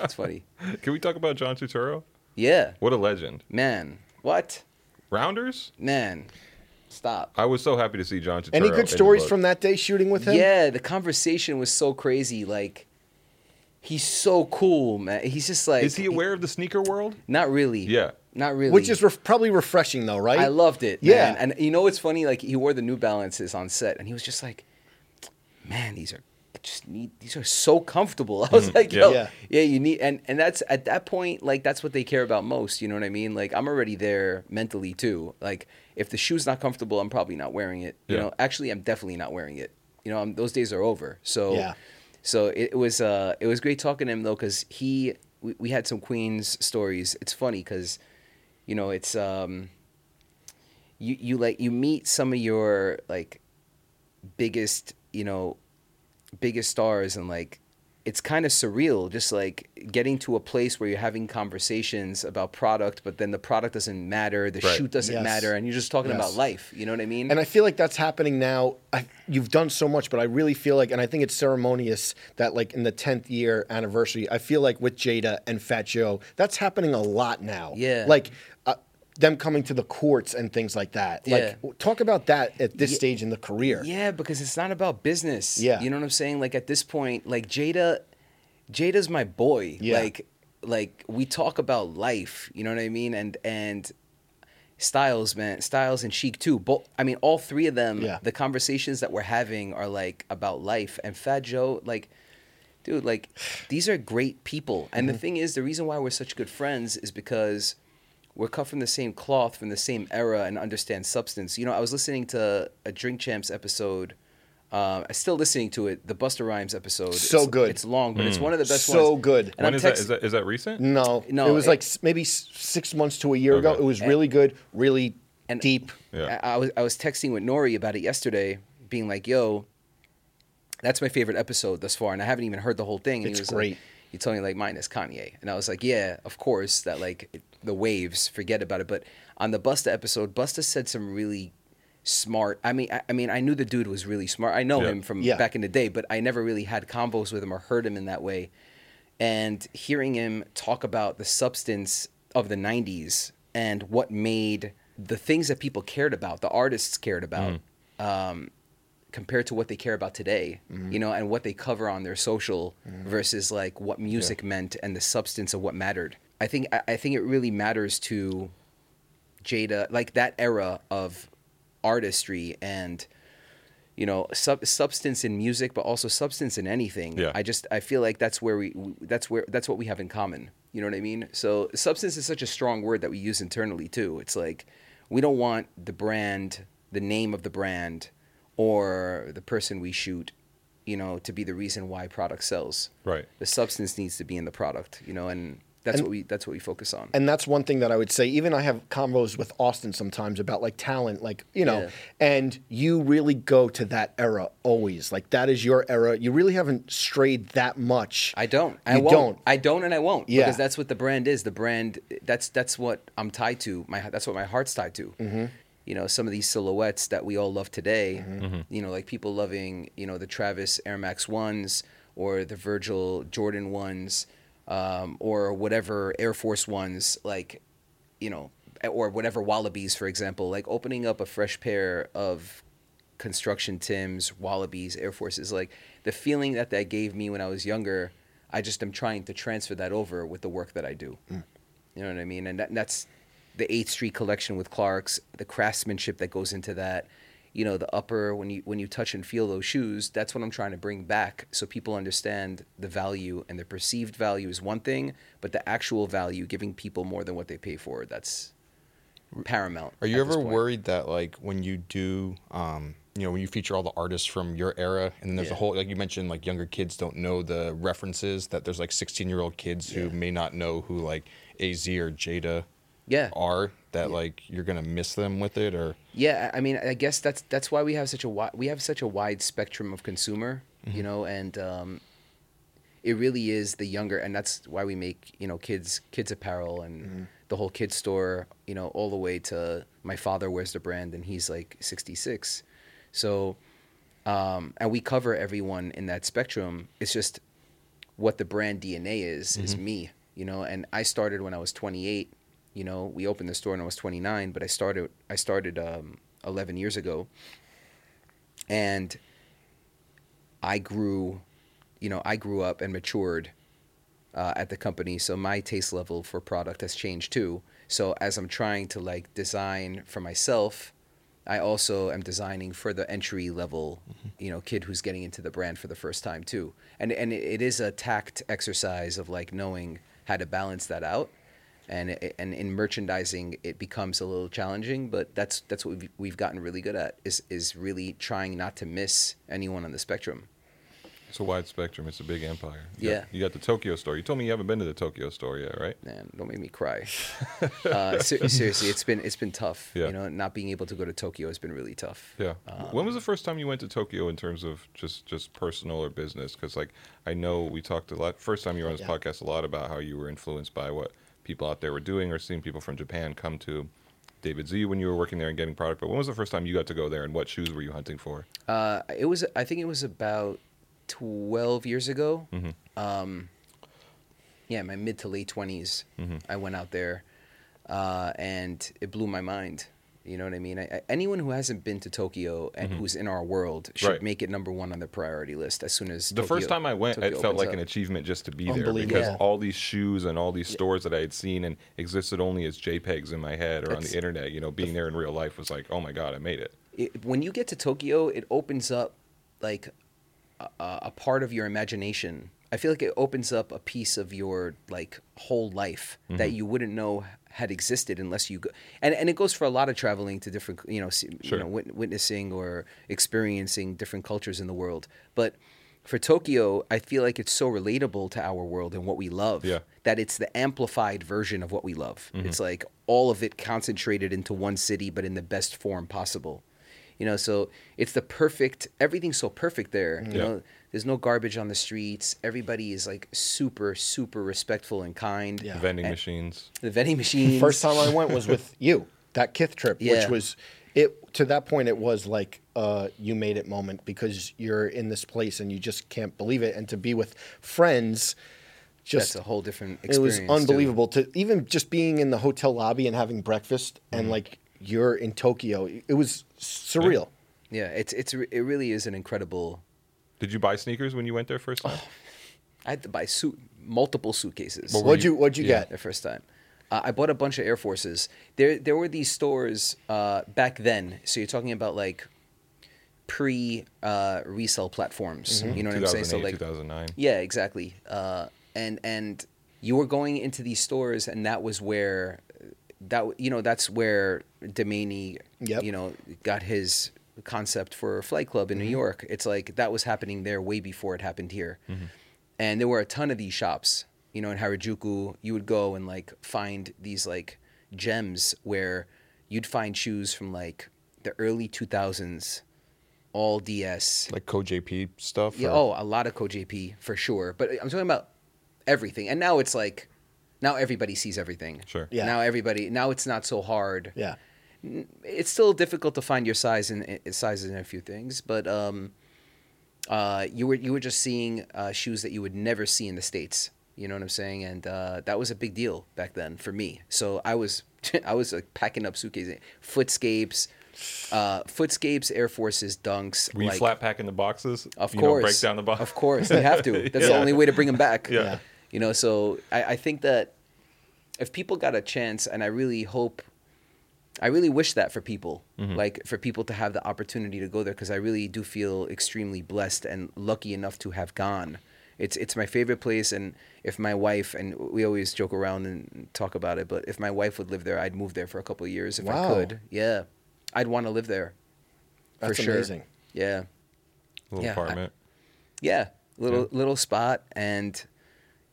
D: it's funny.
C: *laughs* Can we talk about John Turturro?
D: Yeah,
C: What a legend.
D: man. What
C: Rounders.
D: man? Stop.
C: I was so happy to see John Turturro.
A: Any
C: in
A: good
C: the
A: stories
C: book.
A: from that day shooting with him?
D: Yeah, the conversation was so crazy. Like, he's so cool, man. He's just like
C: Is he aware of the sneaker world?
D: Not really.
C: Yeah.
D: Not really.
A: Which is ref- probably refreshing, though, right?
D: I loved it.
A: Yeah.
D: Yeah. And you know what's funny? Like he wore the New Balances on set, and he was just like, "Man, these are just neat. These are so comfortable." *laughs* I was like,
C: Mm-hmm. yeah.
D: "Yo,
A: Yeah.
D: yeah. you need." And and that's at that point, like that's what they care about most. You know what I mean? Like I'm already there mentally too. Like if the shoe's not comfortable, I'm probably not wearing it. You
C: Yeah.
D: know, actually, I'm definitely not wearing it. You know, i those days are over. So
A: Yeah.
D: so it was uh, it was great talking to him though, because he we, we had some Queens stories. It's funny because, you know, it's um, you you like you meet some of your like biggest you know biggest stars and like it's kind of surreal just like getting to a place where you're having conversations about product but then the product doesn't matter the
C: Right.
D: shoot doesn't
A: Yes.
D: matter and you're just talking about
A: Yes.
D: life you know what i mean
A: And I feel like that's happening now. I, you've done so much, but I really feel like, and I think it's ceremonious that, like, in the 10th year anniversary, I feel like with Jada and Fat Joe, that's happening a lot now.
D: Yeah.
A: Like, uh, them coming to the courts and things like that.
D: Yeah.
A: Like, w- talk about that at this
D: Ye-
A: stage in the career.
D: Yeah, because it's not about business.
A: Yeah.
D: You know what I'm saying? Like at this point, like Jada Jada's my boy.
A: Yeah.
D: Like like we talk about life, you know what I mean? And and Styles, man, Styles and Chic too. Both I mean, all three of them,
A: Yeah.
D: the conversations that we're having are like about life. And Fat Joe, like dude, like these are great people. And
A: Mm-hmm.
D: the thing is, the reason why we're such good friends is because we're cut from the same cloth, from the same era, and understand substance. You know, I was listening to a Drink Champs episode. Uh, I'm still listening to it, the Buster Rhymes episode.
A: So
D: It's-
A: good.
D: It's long, but it's one of the best ones.
A: So good.
D: And
C: Mm. When
D: I'm
C: is that?
D: text-
C: Is that is that recent?
A: No,
D: No,
A: It was
D: it-
A: like s- maybe s- six months to a year ago.
C: Okay.
A: It was really good, really
D: and-
A: deep.
C: Yeah.
D: I, I was I was texting with Nori about it yesterday, being like, "Yo, that's my favorite episode thus far," and I haven't even heard the whole thing. And
A: It's
D: he was
A: great.
D: Like, he told me like mine is Kanye, and I was like, "Yeah, of course." That like it- the waves, forget about it. But on the Busta episode, Busta said some really smart. I mean, I, I mean, I knew the dude was really smart. I know
C: Yeah.
D: him from
A: Yeah.
D: back in the day, but I never really had combos with him or heard him in that way. And hearing him talk about the substance of the 90s and what made the things that people cared about, the artists cared about, um, compared to what they care about today, you know, and what they cover on their social versus like what music meant and the substance of what mattered. I think I, I think it really matters to Jada, like that era of artistry and you know sub- substance in music, but also substance in anything.
C: Yeah.
D: I just I feel like that's where we that's where that's what we have in common. You know what I mean? So substance is such a strong word that we use internally too. It's like we don't want the brand, the name of the brand, or the person we shoot, you know, to be the reason why product sells.
C: Right.
D: The substance needs to be in the product, you know, and that's what we that's what we focus on.
A: and that's one thing that I would say. Even I have convos with Austin sometimes about like talent, like you know,
D: Yeah.
A: and you really go to that era always. Like that is your era. You really haven't strayed that much.
D: I don't. I
A: You
D: won't.
A: don't.
D: I don't, and I won't.
A: Yeah.
D: Because that's what the brand is. The brand. That's that's what I'm tied to. My that's what my heart's tied to.
A: Mm-hmm.
D: You know, some of these silhouettes that we all love today. You know, like people loving you know the Travis Air Max ones or the Virgil Jordan ones um, or whatever Air Force ones. Like, you know, or whatever Wallabies, for example. Like opening up a fresh pair of construction tims wallabies air forces like the feeling that that gave me when i was younger i just am trying to transfer that over with the work that i do
B: Mm.
D: you know what i mean and that, that's the 8th street collection with clark's the craftsmanship that goes into that you know the upper when you when you touch and feel those shoes that's what i'm trying to bring back so people understand the value and the perceived value is one thing but the actual value giving people more than what they pay for that's paramount
B: Are you
D: at this
B: ever
D: point.
B: worried that like when you do um, you know when you feature all the artists from your era and then there's a
A: Yeah.
B: whole like you mentioned like younger kids don't know the references that there's like 16 year old kids who may not know who like az or jada
D: Yeah.
B: are that like you're gonna miss them with it or
D: Yeah, I I mean, I guess that's that's why we have such a wide we have such a wide spectrum of consumer, you know, and um, it really is the younger, and that's why we make you know kids kids apparel and the whole kids store, you know, all the way to my father wears the brand and he's like sixty six, so um, and we cover everyone in that spectrum. It's just what the brand DNA is is me, you know. And I started when I was 28. You know, we opened the store when I was 29, but I started I started um, 11 years ago, and I grew, you know, I grew up and matured uh, at the company. So my taste level for product has changed too. So as I'm trying to like design for myself, I also am designing for the entry level, you know, kid who's getting into the brand for the first time too. And and it- it is a tact exercise of like knowing how to balance that out. And it- and in merchandising, it becomes a little challenging, but that's that's what we've, we've gotten really good at is is really trying not to miss anyone on the spectrum.
C: It's a wide spectrum. It's a big empire. You got-
D: Yeah.
C: you got the Tokyo store. You told me you haven't been to the Tokyo store yet, right?
D: man, don't make me cry. uh, ser- seriously, it's been it's been tough.
C: Yeah.
D: You know, not being able to go to Tokyo has been really tough.
C: Yeah. when
D: Um,
C: was the first time you went to Tokyo in terms of just just personal or business? Because like I know we talked a lot first time you were on this
A: Yeah.
C: podcast a lot about how you were influenced by what people out there were doing or seeing people from Japan come to David Z when you were working there and getting product. But when was the first time you got to go there and what shoes were you hunting for?
D: Uh, it was I think it was about twelve years ago.
C: Mm-hmm.
D: Um, yeah, my mid to late 20s
C: Mm-hmm.
D: I went out there, uh, and it blew my mind. You know what I mean? I, I- anyone who hasn't been to Tokyo and who's in our world should
C: Mm-hmm. Right.
D: make it number one on their priority list as soon as
C: The first
D: Tokyo-
C: time I went,
D: Tokyo
C: it felt
D: opens
C: like
D: up.
C: an achievement just to be there
A: Unbelievable.
C: because
A: Yeah.
C: all these shoes and all these stores that I had seen and existed only as JPEGs in my head or on
D: It's-
C: the internet. You know, being there in real life was like, oh my god, I made it.
D: it, when you get to Tokyo, it opens up like a, a part of your imagination. I feel like it opens up a piece of your like whole life
C: Mm-hmm.
D: that you wouldn't know had existed unless you go. And and it goes for a lot of traveling to different, you know, see,
C: Sure.
D: you know, wit- witnessing or experiencing different cultures in the world. But for Tokyo, I feel like it's so relatable to our world and what we love
C: Yeah.
D: that it's the amplified version of what we love.
A: Mm-hmm.
D: It's like all of it concentrated into one city, but in the best form possible. You know, so it's the perfect. Everything's so perfect there. You
C: Yeah.
D: know, there's no garbage on the streets. Everybody is like super, super respectful and kind.
A: Yeah.
C: Vending machines.
D: The vending machines.
A: First time I went was with you. That Kith trip,
D: Yeah.
A: which was it to that point, it was like uh, you made it moment because you're in this place and you just can't believe it. And to be with friends, just
D: that's a whole different
A: it
D: experience.
A: was
D: too.
A: unbelievable to even just being in the hotel lobby and having breakfast and like you're in Tokyo. It was surreal.
D: Yeah, it's it's re- it really is an incredible.
C: Did you buy sneakers when you went there
D: Oh,
C: first time?
D: I had to buy suit multiple suitcases.
A: What'd you What'd you
B: yeah.
A: get?
D: the first time. Uh, I bought a bunch of Air Forces. There, there were these stores uh, back then. So you're talking about like pre uh, resell platforms.
A: Mm-hmm.
D: You know what I'm saying? So
C: 2008,
D: like,
C: 2009.
D: yeah, exactly. Uh, and and you were going into these stores, and that was where that w- you know that's where Domaney,
A: Yep.
D: you know, got his concept for Flight Club in New York. It's like that was happening there way before it happened here, and there were a ton of these shops. You know, in Harajuku, you would go and like find these like gems where you'd find shoes from like the early two thousands, all DS,
B: like co jp stuff
D: yeah,
B: or-
D: oh, a lot of CoJP for sure. But I'm talking about everything. And now it's like, now everybody sees everything.
C: Sure.
A: Yeah.
D: Now everybody. Now it's not so hard.
A: Yeah.
D: It's still difficult to find your size and sizes in a few things, but um, uh, you were you were just seeing uh, shoes that you would never see in the states. You know what I'm saying? And uh, that was a big deal back then for me. So I was *laughs* I was like packing up suitcases, Footscapes, uh, Footscapes, Air Forces, Dunks.
C: Were you
D: like-
C: flat packing the boxes?
D: of
C: you
D: course.
C: Know, break down the box.
D: Of course, they have to. That's the
C: Yeah.
D: only way to bring them back.
C: Yeah. Yeah.
D: You know, so I, I think that if people got a chance, and I really hope, I really wish that for people,
C: Mm-hmm.
D: like for people to have the opportunity to go there, because I really do feel extremely blessed and lucky enough to have gone. It's it's my favorite place, and if my wife and we always joke around and talk about it, but if my wife would live there, I'd move there for a couple of years if I
A: Wow.
D: could. Yeah, I'd want to live there. for
A: That's
D: sure.
A: amazing.
D: Yeah,
C: *laughs* Little
D: Yeah, I-
C: apartment.
D: yeah, little
C: Yeah.
D: little spot, and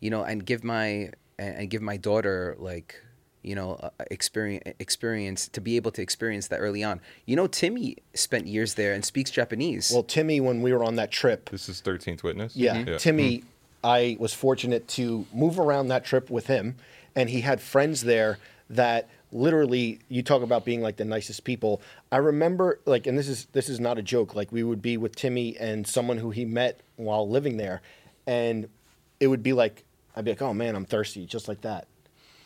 D: you know, and give my and and give my daughter like you know uh, experience experience to be able to experience that early on. You know, Timmy spent years there and speaks Japanese.
A: Well, Timmy, when we were on that trip,
C: this is 13th Witness.
A: yeah, Timmy, I was fortunate to move around that trip with him, and he had friends there that literally you talk about being like the nicest people. I remember like, and this is this is not a joke. Like we would be with Timmy and someone who he met while living there, and it would be like I'd be like, oh man, I'm thirsty, just like that.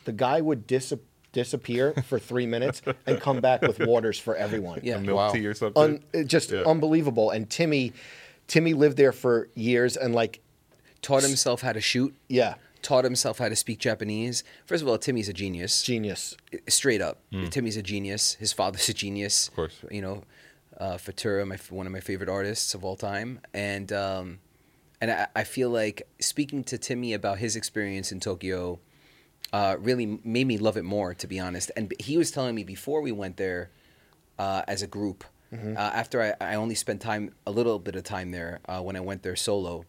A: The guy would dis- disappear for three minutes and come back with waters for everyone
D: yeah,
C: Milk
B: Wow.
C: tea or something.
A: un, it just
C: Yeah.
A: unbelievable. And Timmy, Timmy lived there for years, and like,
D: taught himself how to shoot.
A: yeah,
D: Taught himself how to speak Japanese. First of all, Timmy's a genius.
A: genius.
D: straight up. Timmy's a genius. His father's a genius. Of
C: course.
D: You know, uh, Fatura, my one of my favorite artists of all time, and um, and I, I feel like speaking to Timmy about his experience in Tokyo uh, really made me love it more, to be honest. And he was telling me before we went there uh, as a group. Uh, after I, I only spent time a little bit of time there uh, when I went there solo.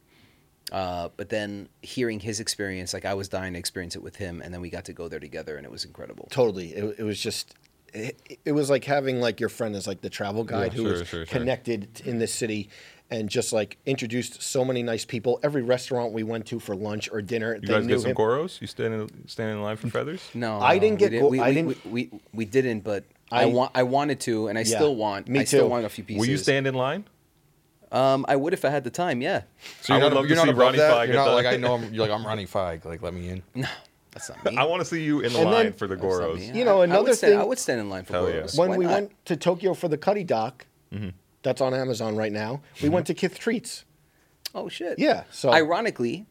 D: Uh, but then hearing his experience, like I was dying to experience it with him, and then we got to go there together, and it was incredible.
A: Totally. It, it was just. It, it was like having like your friend as like the travel guide who
C: sure,
A: was
C: sure, sure.
A: connected in this city and just like introduced so many nice people. Every restaurant we went to for lunch or dinner,
C: You
A: they
C: guys
A: knew
C: get some
A: him.
C: goros? You standing standing in line for feathers?
D: No,
A: I
D: no,
A: didn't
D: we
A: get go-
D: We,
A: I
D: we-
A: didn't-
D: We, we, we didn't, but I,
A: I-
D: want. I wanted to, and I
A: Yeah,
D: still want.
A: me
D: I still
A: too.
D: want a few pieces.
C: Will you stand in line?
D: Um, I would if I had the time. Yeah,
C: So
B: I
C: you're
B: would
C: not,
B: love to
C: you're not
B: see
C: above
B: Ronnie
C: that.
B: Feig. You're not like I know. I'm, you're like I'm Ronnie Feig. Like let me in.
C: *laughs*
D: that's not me.
C: I want to see you in
A: And
C: line
A: then-
C: for the
D: That's not
C: goros.
D: me.
A: You know,
D: I- I
A: another
D: would stand, I
A: thing-
D: would stand in line for
C: Hell yeah.
D: goros.
A: When
D: Why
A: we
D: not?
A: went to Tokyo for the Cuddy Dock,
C: Mm-hmm.
A: that's on Amazon right now. We went to Kith Treats.
D: oh shit.
A: Yeah, so-
D: ironically,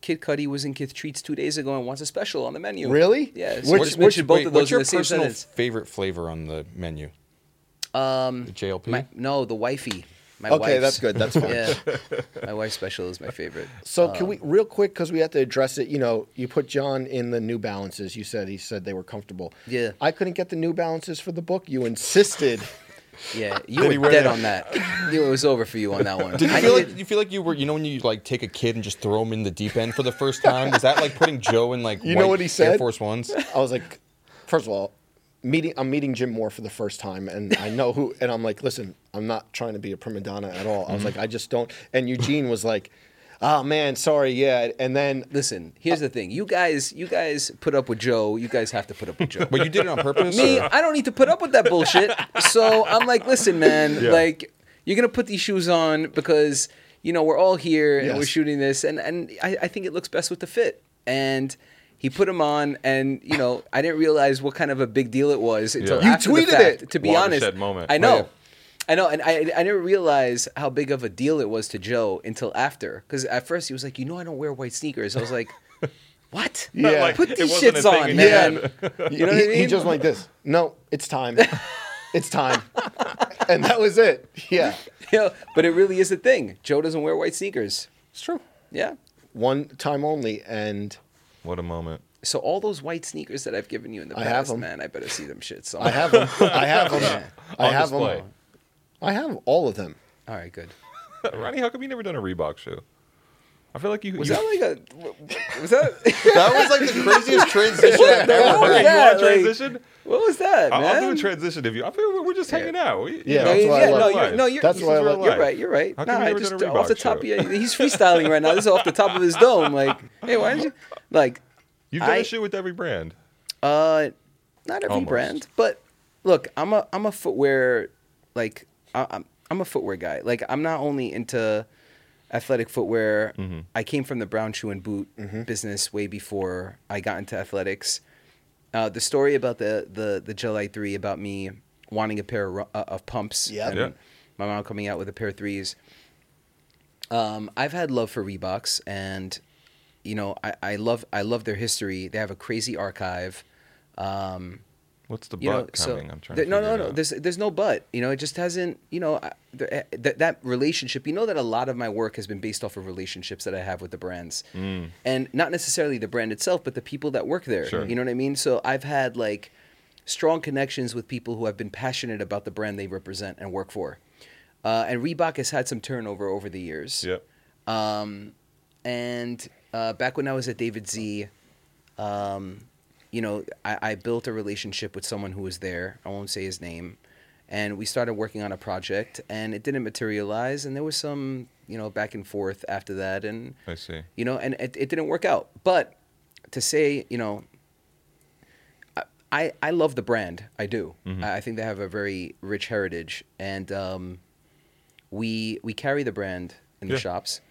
D: Kid Cudi was in Kid Treats two days ago and wants a special on the menu.
A: Really?
D: Yes.
A: Which-
D: Which,
A: which-
D: which, both
B: Wait,
D: of
B: what's
D: those in
B: your
D: the same
B: personal
D: sentence.
B: favorite flavor on the menu? Um, the JLP.
D: My, no, the wifey. My
A: Hmm? Okay,
D: wife's-
A: that's good. That's fine. *laughs*
D: Yeah, my wife's special is my favorite.
A: So can
D: Um,
A: we real quick because we have to address it? You know, you put John in the New Balances. You said he said they were comfortable.
D: Yeah.
A: I couldn't get the New Balances for the book. You insisted.
D: Yeah, you were dead on that. You- It was over for you on that one.
B: Did you
D: I
B: feel
D: needed-
B: like you feel like you were you know when you like take a kid and just throw him in the deep end for the first time? Was that like putting Joe in like
A: You know
B: white
A: what he
B: Air
A: said?
B: Force Ones?
A: I was like, first of all, meeting I'm meeting Jim Moore for the first time, and I know who. And I'm like, listen, I'm not trying to be a prima donna at all. I was
D: Mm-hmm.
A: like, I just don't. And Eugene was like, oh man, sorry, yeah. And then
D: Listen, here's the thing. You guys, you guys put up with Joe. You guys have to put up with Joe.
B: But you did it on purpose.
D: Me,
B: or-
D: I don't need to put up with that bullshit. So I'm like, listen, man,
C: Yeah.
D: like you're gonna put these shoes on because you know we're all here and we're
A: Yes.
D: shooting this, and and I, I think it looks best with the fit. And he put them on, and you know I didn't realize what kind of a big deal it was until
C: You
D: after the
A: tweeted
D: fact,
A: it.
D: To be
C: Watershed
D: honest,
C: moment. Oh,
D: I know.
C: Yeah.
D: I know, and I, I didn't realize how big of a deal it was to Joe until after. Because at first he was like, "You know, I don't wear white sneakers." I
C: *laughs*
D: was like, "What?
A: Yeah. Like,
D: put
C: it
D: these
C: wasn't a
D: shits
C: thing
D: on,
C: in
D: man." *laughs* You know
A: he,
D: what I mean?
A: he just went like this. No, it's
D: *laughs*
A: time. it's time. and that was it. Yeah,
D: *laughs* You know, but it really is a thing. Joe doesn't wear white sneakers.
A: it's true.
D: Yeah.
A: One time only, and.
C: What a moment. *laughs*
D: So all those white sneakers that I've given you in the
A: I
D: past,
A: have 'em.
D: man, I better see them
A: *laughs*
D: shit
A: I
D: somewhere.
A: have
D: *laughs*
A: them. I have them. I
C: On
A: have
C: display.
A: them. I have all of them.
D: All
A: *laughs*
D: right, good.
C: Ronnie, how come you never done a Reebok shoe? I feel like you.
D: Was
C: you
D: that like a? Was that? *laughs*
B: That was like the craziest transition I've
D: the
B: ever
D: hell was
B: heard.
C: *laughs* you want
D: that?
C: a
D: Like,
C: transition?
D: what was that,
C: I'll, I'll do
D: man?
C: a transition if you. I feel we're, we're just hanging out. We,
A: Yeah,
D: No,
A: That's
D: you-
A: why I
D: yeah,
A: love
D: no,
A: life.
D: you're, no, you're,
A: That's why I
D: you're,
A: love
D: you're
C: life.
D: right. You're right.
C: How come
D: No,
C: you
D: I
C: never did
D: just
C: a
D: off
C: Reebok
D: the top of
C: show?
D: yeah, he's freestyling right now. This is off the top of his dome. Like, hey, why did you like?
C: You've done a
D: I-
C: shoe with every brand.
D: Uh, not every
C: Almost.
D: brand, but look, I'm a I'm a footwear like I, I'm I'm a footwear guy. Like I'm not only into athletic footwear.
C: Mm-hmm.
D: I came from the brown shoe and boot business way before I got into athletics. Uh, the story about the the the July three about me wanting a pair of, ru- uh, of pumps
A: Yep.
D: and
C: Yeah.
D: my mom coming out with a pair of threes. Um, I've had love for Reeboks, and you know I, I love I love their history. They have a crazy archive. Um,
C: What's the
D: you know,
C: butt
D: so
C: coming? I'm trying
D: there-
C: to.
D: no,
C: figure
D: no,
C: it
D: no.
C: out.
D: There's there's no but. You know, it just hasn't. You know, I- there- eh, that that relationship. You know that a lot of my work has been based off of relationships that I have with the brands, and not necessarily the brand itself, but the people that work there.
C: Mm. Sure.
D: You know what I mean? So I've had like strong connections with people who have been passionate about the brand they represent and work for. Uh, and Reebok has had some turnover over the years.
C: Yep.
D: Um, and uh, back when I was at David Z, um, you know, I, I built a relationship with someone who was there. I won't say his name. And we started working on a project, and it didn't materialize. And there was some, you know, back and forth after that. And
C: I see.
D: you know, and it, it didn't work out. But to say, you know, I, I, I love the brand. I do.
C: Mm-hmm.
D: I, I think they have a very rich heritage, and um, we we carry the brand in the
C: Yeah.
D: shops.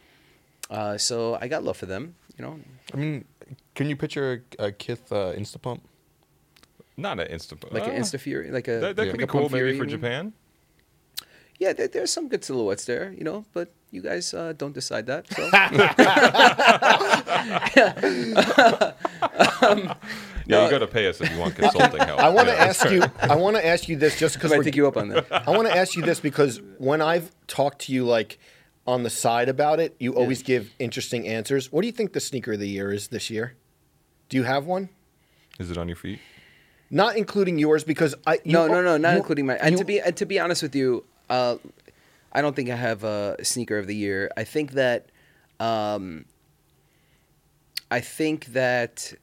D: Uh, so I got love for them. You know,
B: I mean, *laughs* can you picture a, a Kith uh, Insta Pump?
C: Not an instant.
D: like an Insta Fury, like a
C: Ah. That, that
D: like
C: could
D: a
C: be cool
D: Pump Fury,
C: maybe
D: you
C: for
D: mean?
C: Japan.
D: Yeah, there, there's some good silhouettes there, you know, but you guys uh, don't decide
C: *laughs*
D: that. So.
C: Yeah,
D: No.
C: you got to pay us if you
D: *laughs*
C: want consulting help.
A: I want to
C: Yeah.
A: ask you. I want to ask you this just because
D: I might pick you up on that.
A: I want to ask you this because when I've talked to you like on the side about it, you always give interesting answers. What do you think the sneaker of the year is this year? Do you have one?
C: Is it on your feet?
A: Not including yours because I you
D: no,
A: al-
D: no, no, not
A: you-
D: including my. And
A: you-
D: to be and to be honest with you, uh, I don't think I have a sneaker of the year. I think that, um, I think that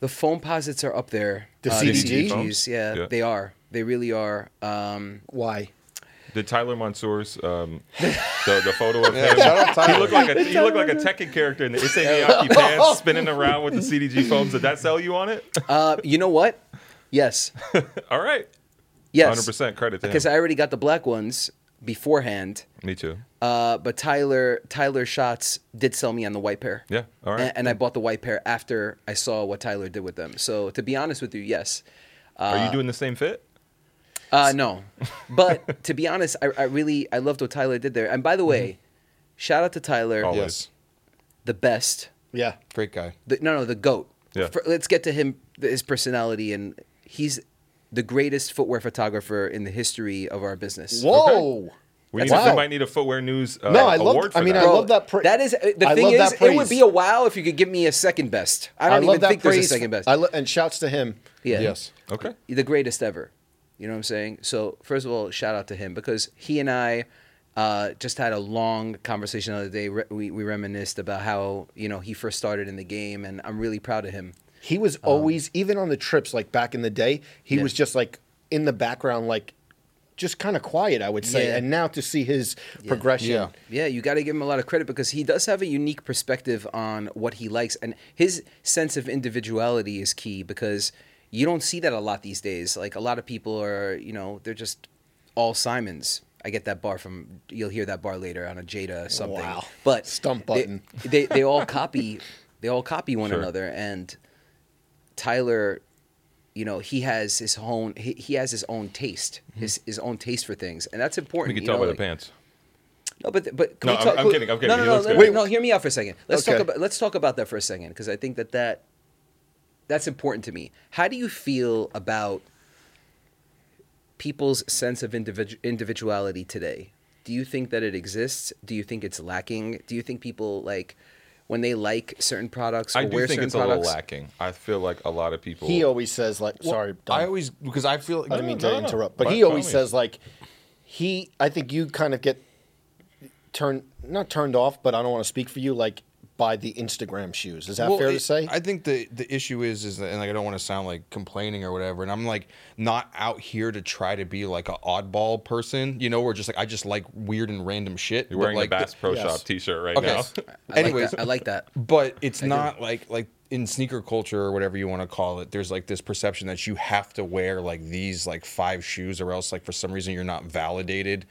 D: the foam posits are up there.
A: The
D: Uh,
A: CDG?
D: CDGs, yeah,
C: Yeah.
D: they are. They really are. Um,
A: why?
C: Did Tyler Mansour's um, the, the photo of him?
B: shout out Tyler.
C: He looked like a he looked like a Tekken character in the Issey Miyake pants, spinning around with the CDG foams. Did that sell you on it? *laughs*
D: uh, you know what? Yes,
C: All right,
D: yes.
C: hundred percent credit to him.
D: Because I already got the black ones beforehand.
C: Me too.
D: Uh, but Tyler Tyler Shots did sell me on the white pair.
C: Yeah, all right.
D: And, and I bought the white pair after I saw what Tyler did with them. So to be honest with you, yes.
C: Are you doing the same fit?
D: Uh,
C: *laughs*
D: no, but to be honest, I, I really I loved what Tyler did there. And by the way, shout out to Tyler,
C: Mm-hmm. Always.
B: Yes.
D: the best.
A: Yeah.
B: Great guy.
D: The, no, no, the goat.
C: Yeah.
D: For- let's get to him, th- his personality, and he's the greatest footwear photographer in the history of our business.
A: Whoa.
C: We,
A: That's
C: need, we
A: awesome.
C: might need a footwear news uh,
A: No, I love-
C: award for
A: I mean,
C: that.
A: I love that pra-
D: that is uh, the
A: I
D: thing
A: love
D: is
A: that
D: it would
A: praise.
D: be a wow if you could give me a second best. I don't even think there's a second best.
A: I lo- and shouts to him.
D: yeah.
B: Yes.
C: okay.
D: the greatest ever. You know what I'm saying? So first of all, shout out to him because he and I uh, just had a long conversation the other day. Re- we we reminisced about how you know he first started in the game, and I'm really proud of him.
A: He was always even on the trips like back in the day, he
D: Yeah.
A: was just like in the background like just kind of quiet, I would say.
D: Yeah.
A: And now to see his progression.
B: Yeah.
D: Yeah, you got to give him a lot of credit because he does have a unique perspective on what he likes, and his sense of individuality is key because you don't see that a lot these days. Like a lot of people are, you know, they're just all Simons. I get that bar from you'll hear that bar later on a Jada something.
A: Wow.
D: But
A: Stump
D: they-
A: button.
D: They they, all copy they all copy one
C: Sure.
D: another and Tyler you know he has his own he, he has his own taste his his own taste for things and that's important
C: We can
D: you
C: tell
D: know,
C: by
D: like-
C: the pants.
D: no, but but can
C: No,
D: we
C: I'm-
D: talk?
C: I'm
D: could-
C: kidding, I'm kidding.
D: No, no,
C: He
D: no,
C: looks
D: no,
C: good.
D: no. Hear me out for a second. Let's
A: Okay.
D: talk about let's talk about that for a second because I think that that that's important to me. How do you feel about people's sense of individu- individuality today? Do you think that it exists? Do you think it's lacking? Do you think people like when they like certain products or
C: I do
D: wear
C: think
D: certain
C: it's a little
D: products?
C: lacking. I feel like a lot of people.
A: He always says like sorry, Dom.
B: I always because I feel.
A: I didn't mean
C: No,
A: to
C: no, no.
A: interrupt, but
C: By-
A: he
C: by all
A: always
C: means.
A: says like he. I think you kind of get turned not turned off, but I don't want to speak for you. Like by the Instagram shoes, is that
B: Well,
A: fair to
B: it-
A: say?
B: I think the the issue is is that, and like I don't want to sound like complaining or whatever, and I'm like not out here to try to be like an oddball person, you know, where just like I just like weird and random shit.
C: You're
B: but,
C: wearing
B: like,
C: a Bass Pro
A: yes.
C: Shop T-shirt right
B: Okay. *laughs*
C: now.
D: I
B: Anyways,
D: like that. I like that.
B: but it's not like like in sneaker culture or whatever you want to call it there's like this perception that you have to wear like these like five shoes or else like for some reason you're not validated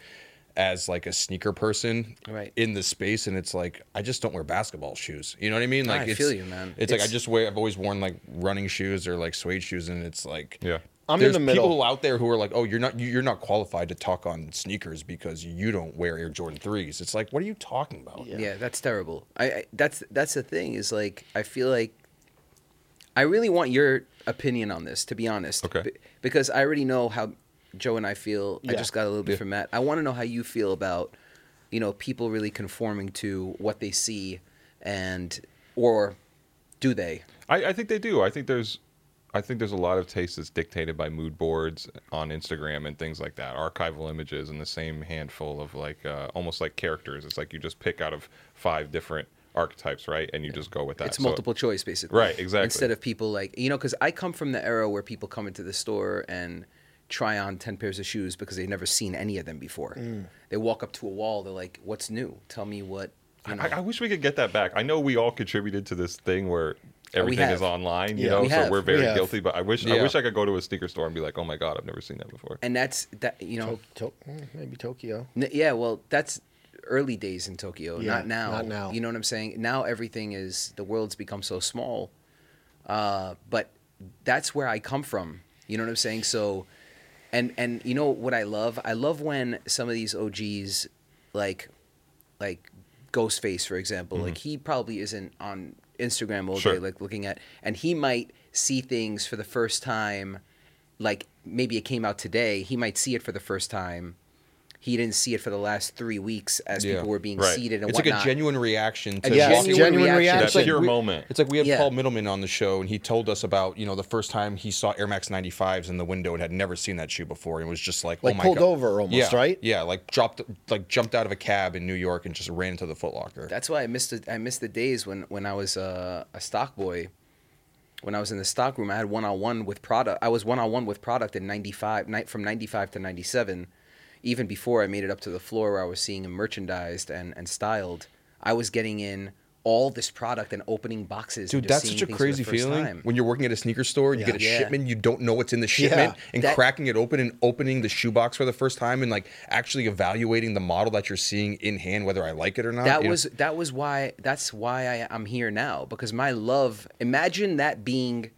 B: as like a sneaker person
D: Right.
B: in the space and it's like i just don't wear basketball shoes you know what i mean
D: I
B: like it's,
D: feel you, man.
B: it's, like i
D: It's-
B: just wear i've always worn like running shoes or like suede shoes and it's like
C: *laughs* Yeah.
A: I'm in
B: there's
A: the middle.
B: people out there who are like, "Oh, you're not you- you're not qualified to talk on sneakers because you don't wear Air Jordan 3s. It's like, what are you talking about?
A: Yeah.
D: Yeah, that's terrible. I, I that's that's the thing is like I feel like I really want your opinion on this to be honest.
C: Okay.
D: Be- because I already know how Joe and I feel. I
A: Yeah.
D: just got a little bit from Matt. I want to know how you feel about you know people really conforming to what they see and or do they?
C: I, I think they do. I think there's. I think there's a lot of taste that's dictated by mood boards on Instagram and things like that. Archival images and the same handful of like uh, almost like characters. It's like you just pick out of five different archetypes, right? And you just go with that.
D: It's
C: So-
D: multiple choice, basically.
C: Right, exactly.
D: Instead of people like you know, because I come from the era where people come into the store and try on ten pairs of shoes because they've never seen any of them before.
C: Mm.
D: They walk up to a wall. They're like, "What's new? Tell me what." You know.
C: I, I wish we could get that back. I know we all contributed to this thing where everything
D: Oh, have.
C: is online, you
A: Yeah.
C: know,
D: We
C: so
D: have.
C: we're very
A: We have.
C: guilty. But I wish I
B: Yeah.
C: wish I could go to a sneaker store and be like, oh my god, I've never seen that before.
D: and that's that. You know,
A: To- mm, maybe Tokyo.
D: N- Yeah, well, that's early days in Tokyo,
A: Yeah,
D: not now.
A: not now.
D: You know what I'm saying? Now everything is the world's become so small. Uh, but that's where I come from. You know what I'm saying? So, and and you know what I love? I love when some of these OGs, like, like Ghostface, for example, like he probably isn't on Instagram all
C: Sure.
D: day, like looking at, and he might see things for the first time, like maybe it came out today. He might see it for the first time. He didn't see it for the last three weeks as
B: Yeah.
D: people were being
C: Right.
D: seated and
B: It's like
D: whatnot.
B: a genuine reaction to
D: A
A: Yeah,
B: walking-
A: genuine,
D: genuine reaction.
A: reaction.
C: That
A: It's like
C: pure
A: we-
C: moment.
B: It's like we had
D: Yeah.
B: Paul Middleman on the show, and he told us about you know the first time he saw Air Max 95s in the window and had never seen that shoe before, and was just like,
A: Like
B: oh my
A: pulled
B: God.
A: over almost,
B: yeah,
A: right?
B: Yeah, like dropped, like jumped out of a cab in New York and just ran into the Foot Locker.
D: That's why I missed the, I missed the days when when I was uh, a stock boy. When I was in the stock room, I had one on one with product. I was one on one with product in '95, night from '95 to '97. Even before I made it up to the floor where I was seeing him merchandised and, and styled, I was getting in all this product and opening boxes. and
B: Dude,
D: just
B: that's
D: seeing
B: such a
D: things for the
B: crazy
D: first
B: feeling
D: time.
B: when you're working at a sneaker store and you
A: Yeah.
B: get a
D: Yeah.
B: shipment, you don't know what's in the shipment,
A: Yeah.
B: and
D: That-
B: cracking it open and opening the shoebox for the first time and like actually evaluating the model that you're seeing in hand, whether I like it or not.
D: that
B: you know?
D: was that was why that's why I, I'm here now because my love. Imagine that being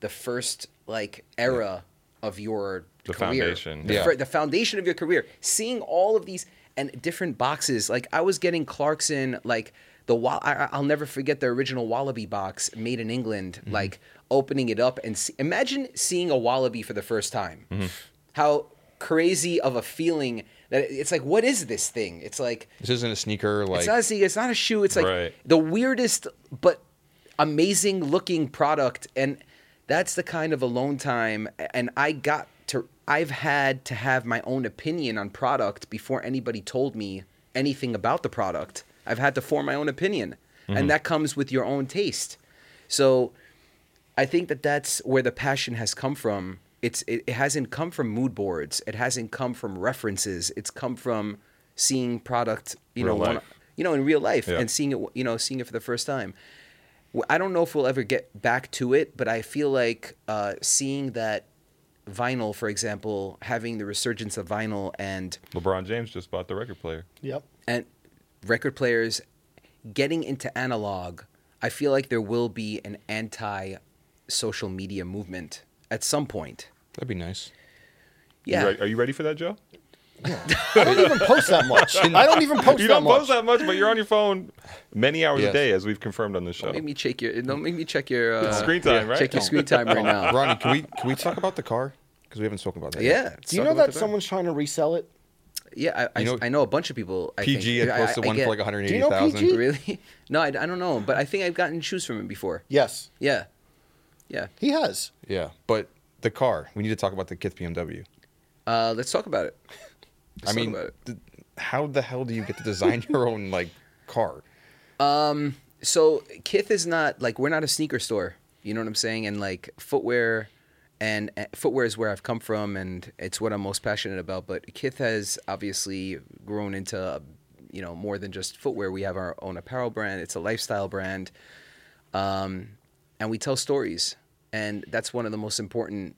D: the first like era of your
C: The
D: career.
C: foundation,
D: the,
B: yeah.
D: fir- the foundation of your career. Seeing all of these and different boxes, like I was getting Clarkson, like the wa- I, I- I'll never forget the original Wallaby box made in England,
C: Mm-hmm.
D: like opening it up and see, imagine seeing a Wallaby for the first time.
C: Mm-hmm.
D: How crazy of a feeling that it's like, what is this thing? It's like
B: this isn't a sneaker. Like
D: it's not a sneaker. It's not a shoe. It's like
C: Right.
D: the weirdest but amazing looking product, and that's the kind of alone time. And I got to. I've had to have my own opinion on product before anybody told me anything about the product. I've had to form my own opinion,
C: Mm-hmm.
D: and that comes with your own taste. So, I think that that's where the passion has come from. It's it, it hasn't come from mood boards. It hasn't come from references. It's come from seeing product, you
C: Real
D: know, one,
C: life.
D: you know, in real life
C: Yeah.
D: and seeing it, you know, seeing it for the first time. Well, I don't know if we'll ever get back to it, but I feel like uh, seeing that vinyl, for example, having the resurgence of vinyl and
C: LeBron James just bought the record player.
A: Yep.
D: and record players getting into analog, I feel like there will be an anti social media movement at some point.
B: that'd be nice.
C: You
D: Yeah.
C: re- are you ready for that, Joe?
A: I don't even post that much. I don't even post
C: you
A: that
C: don't
A: much.
C: post that much, but you're on your phone many hours a
B: Yes.
C: day, as we've confirmed on the show.
D: Don't make me check your don't make me check your uh,
C: Screen time, right?
D: Check your screen time
C: *laughs*
D: right now.
B: Ronnie, can we can we talk about the car? Because we haven't spoken about that. yet.
D: Yeah.
A: Do you know that someone's trying to resell it?
D: Yeah, I,
B: You
D: I,
B: know-
D: I know a bunch of people. I
B: PG
D: think.
B: had
D: I- I-
B: posted
D: I
B: one
D: get-
B: for like
D: *laughs*
A: Do you know
B: 180,000.
A: PG?
D: Really? *laughs* No, I, I don't know, but I think I've gotten shoes from him before.
A: Yes,
D: Yeah. Yeah.
A: he has.
B: Yeah, but the car. We need to talk about the Kith BMW.
D: Uh, let's talk about it. Let's
B: I
D: talk
B: mean,
D: about it.
B: th- how the hell do you get to design your own like car?
D: so Kith is not like we're not a sneaker store. You know what I'm saying? And like footwear, and uh, footwear is where I've come from, and it's what I'm most passionate about. But Kith has obviously grown into, you know, more than just footwear. We have our own apparel brand. It's a lifestyle brand, um, and we tell stories, and that's one of the most important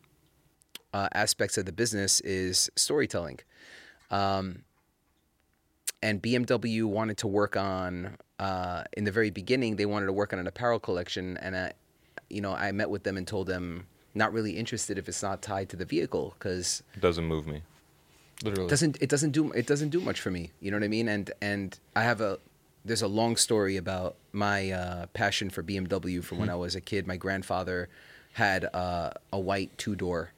D: uh, aspects of the business is storytelling and BMW wanted to work on uh, in the very beginning they wanted to work on an apparel collection and I, you know I met with them and told them not really interested if it's not tied to the vehicle because
C: It doesn't move me.
B: Literally.
D: doesn't it doesn't do it doesn't do much for me you know what I mean and and I have a there's a long story about my uh, passion for BMW from when I was a kid my grandfather had uh, a white two door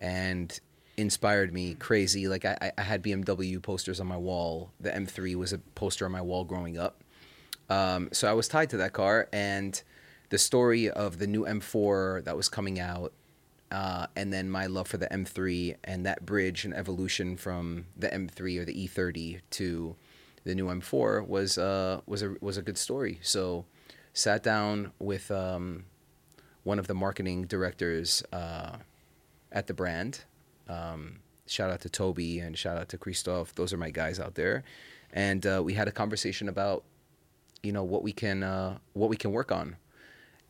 D: and inspired me crazy like I, I- I had BMW posters on my wall the M3 was a poster on my wall growing up um, so I was tied to that car, and the story of the new M4 that was coming out uh, and then my love for the M3 and that bridge and evolution from the M3 or the E30 to the new M4 was uh, was a was a good story. So, sat down with um, one of the marketing directors uh, at the brand. Um, shout out to Toby and shout out to Christoph. Those are my guys out there, and uh, we had a conversation about you know what we can uh, what we can work on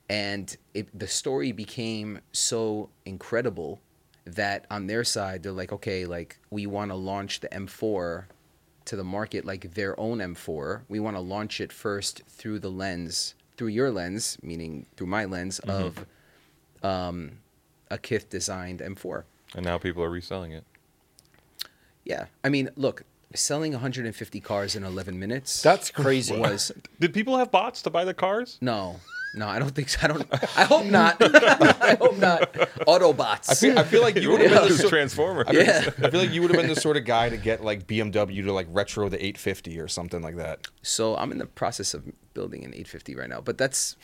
D: and it, the story became so incredible that on their side they're like okay like we want to launch the m4 to the market like their own m4 we want to launch it first through the lens through your lens meaning through my lens of um, a kith designed m4
C: And now people are reselling it.
D: yeah i mean look selling 150 cars in 11 minutes *laughs*
A: That's crazy.
D: was
C: Did people have bots to buy the *laughs* cars?
D: No, no, I don't think so. I don't. I hope not. *laughs* I hope not. Autobots.
B: I feel, I feel
D: *laughs*
B: like you would have been the sort,
C: Transformers. Transformer.
D: yeah.
B: I feel like you would have been the sort of guy to get like BMW to like retro the 850 or something like that.
D: So I'm in the process of building an 850 right now, but that's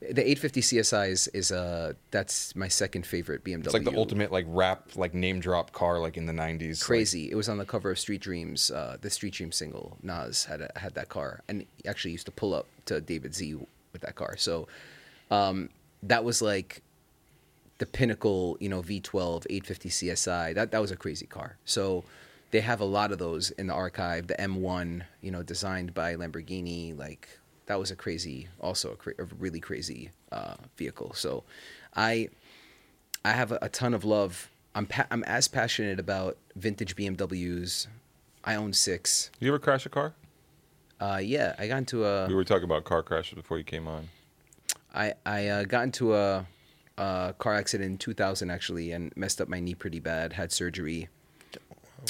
D: the 850 CSI is is uh that's my second favorite BMW.
B: It's like the ultimate like rap like name drop car like in the 90s. like-
D: Crazy! it was on the cover of Street Dreams, uh, the Street Dream single. Nas had a, had that car, and he actually used to pull up to David Z with that car. So, um, that was like the pinnacle, you know, V12 850 CSI. That that was a crazy car. So they have a lot of those in the archive. The M1, you know, designed by Lamborghini, like that was a crazy, also a, cra- a really crazy uh, vehicle. So I I have a, a ton of love. I'm pa- I'm as passionate about vintage BMWs. I own six.
C: You ever crash a car?
D: Uh, yeah, I got into a.
C: We were talking about car crashes before you came on.
D: I I uh, got into a, a car accident in 2000 actually and messed up my knee pretty bad. Had surgery.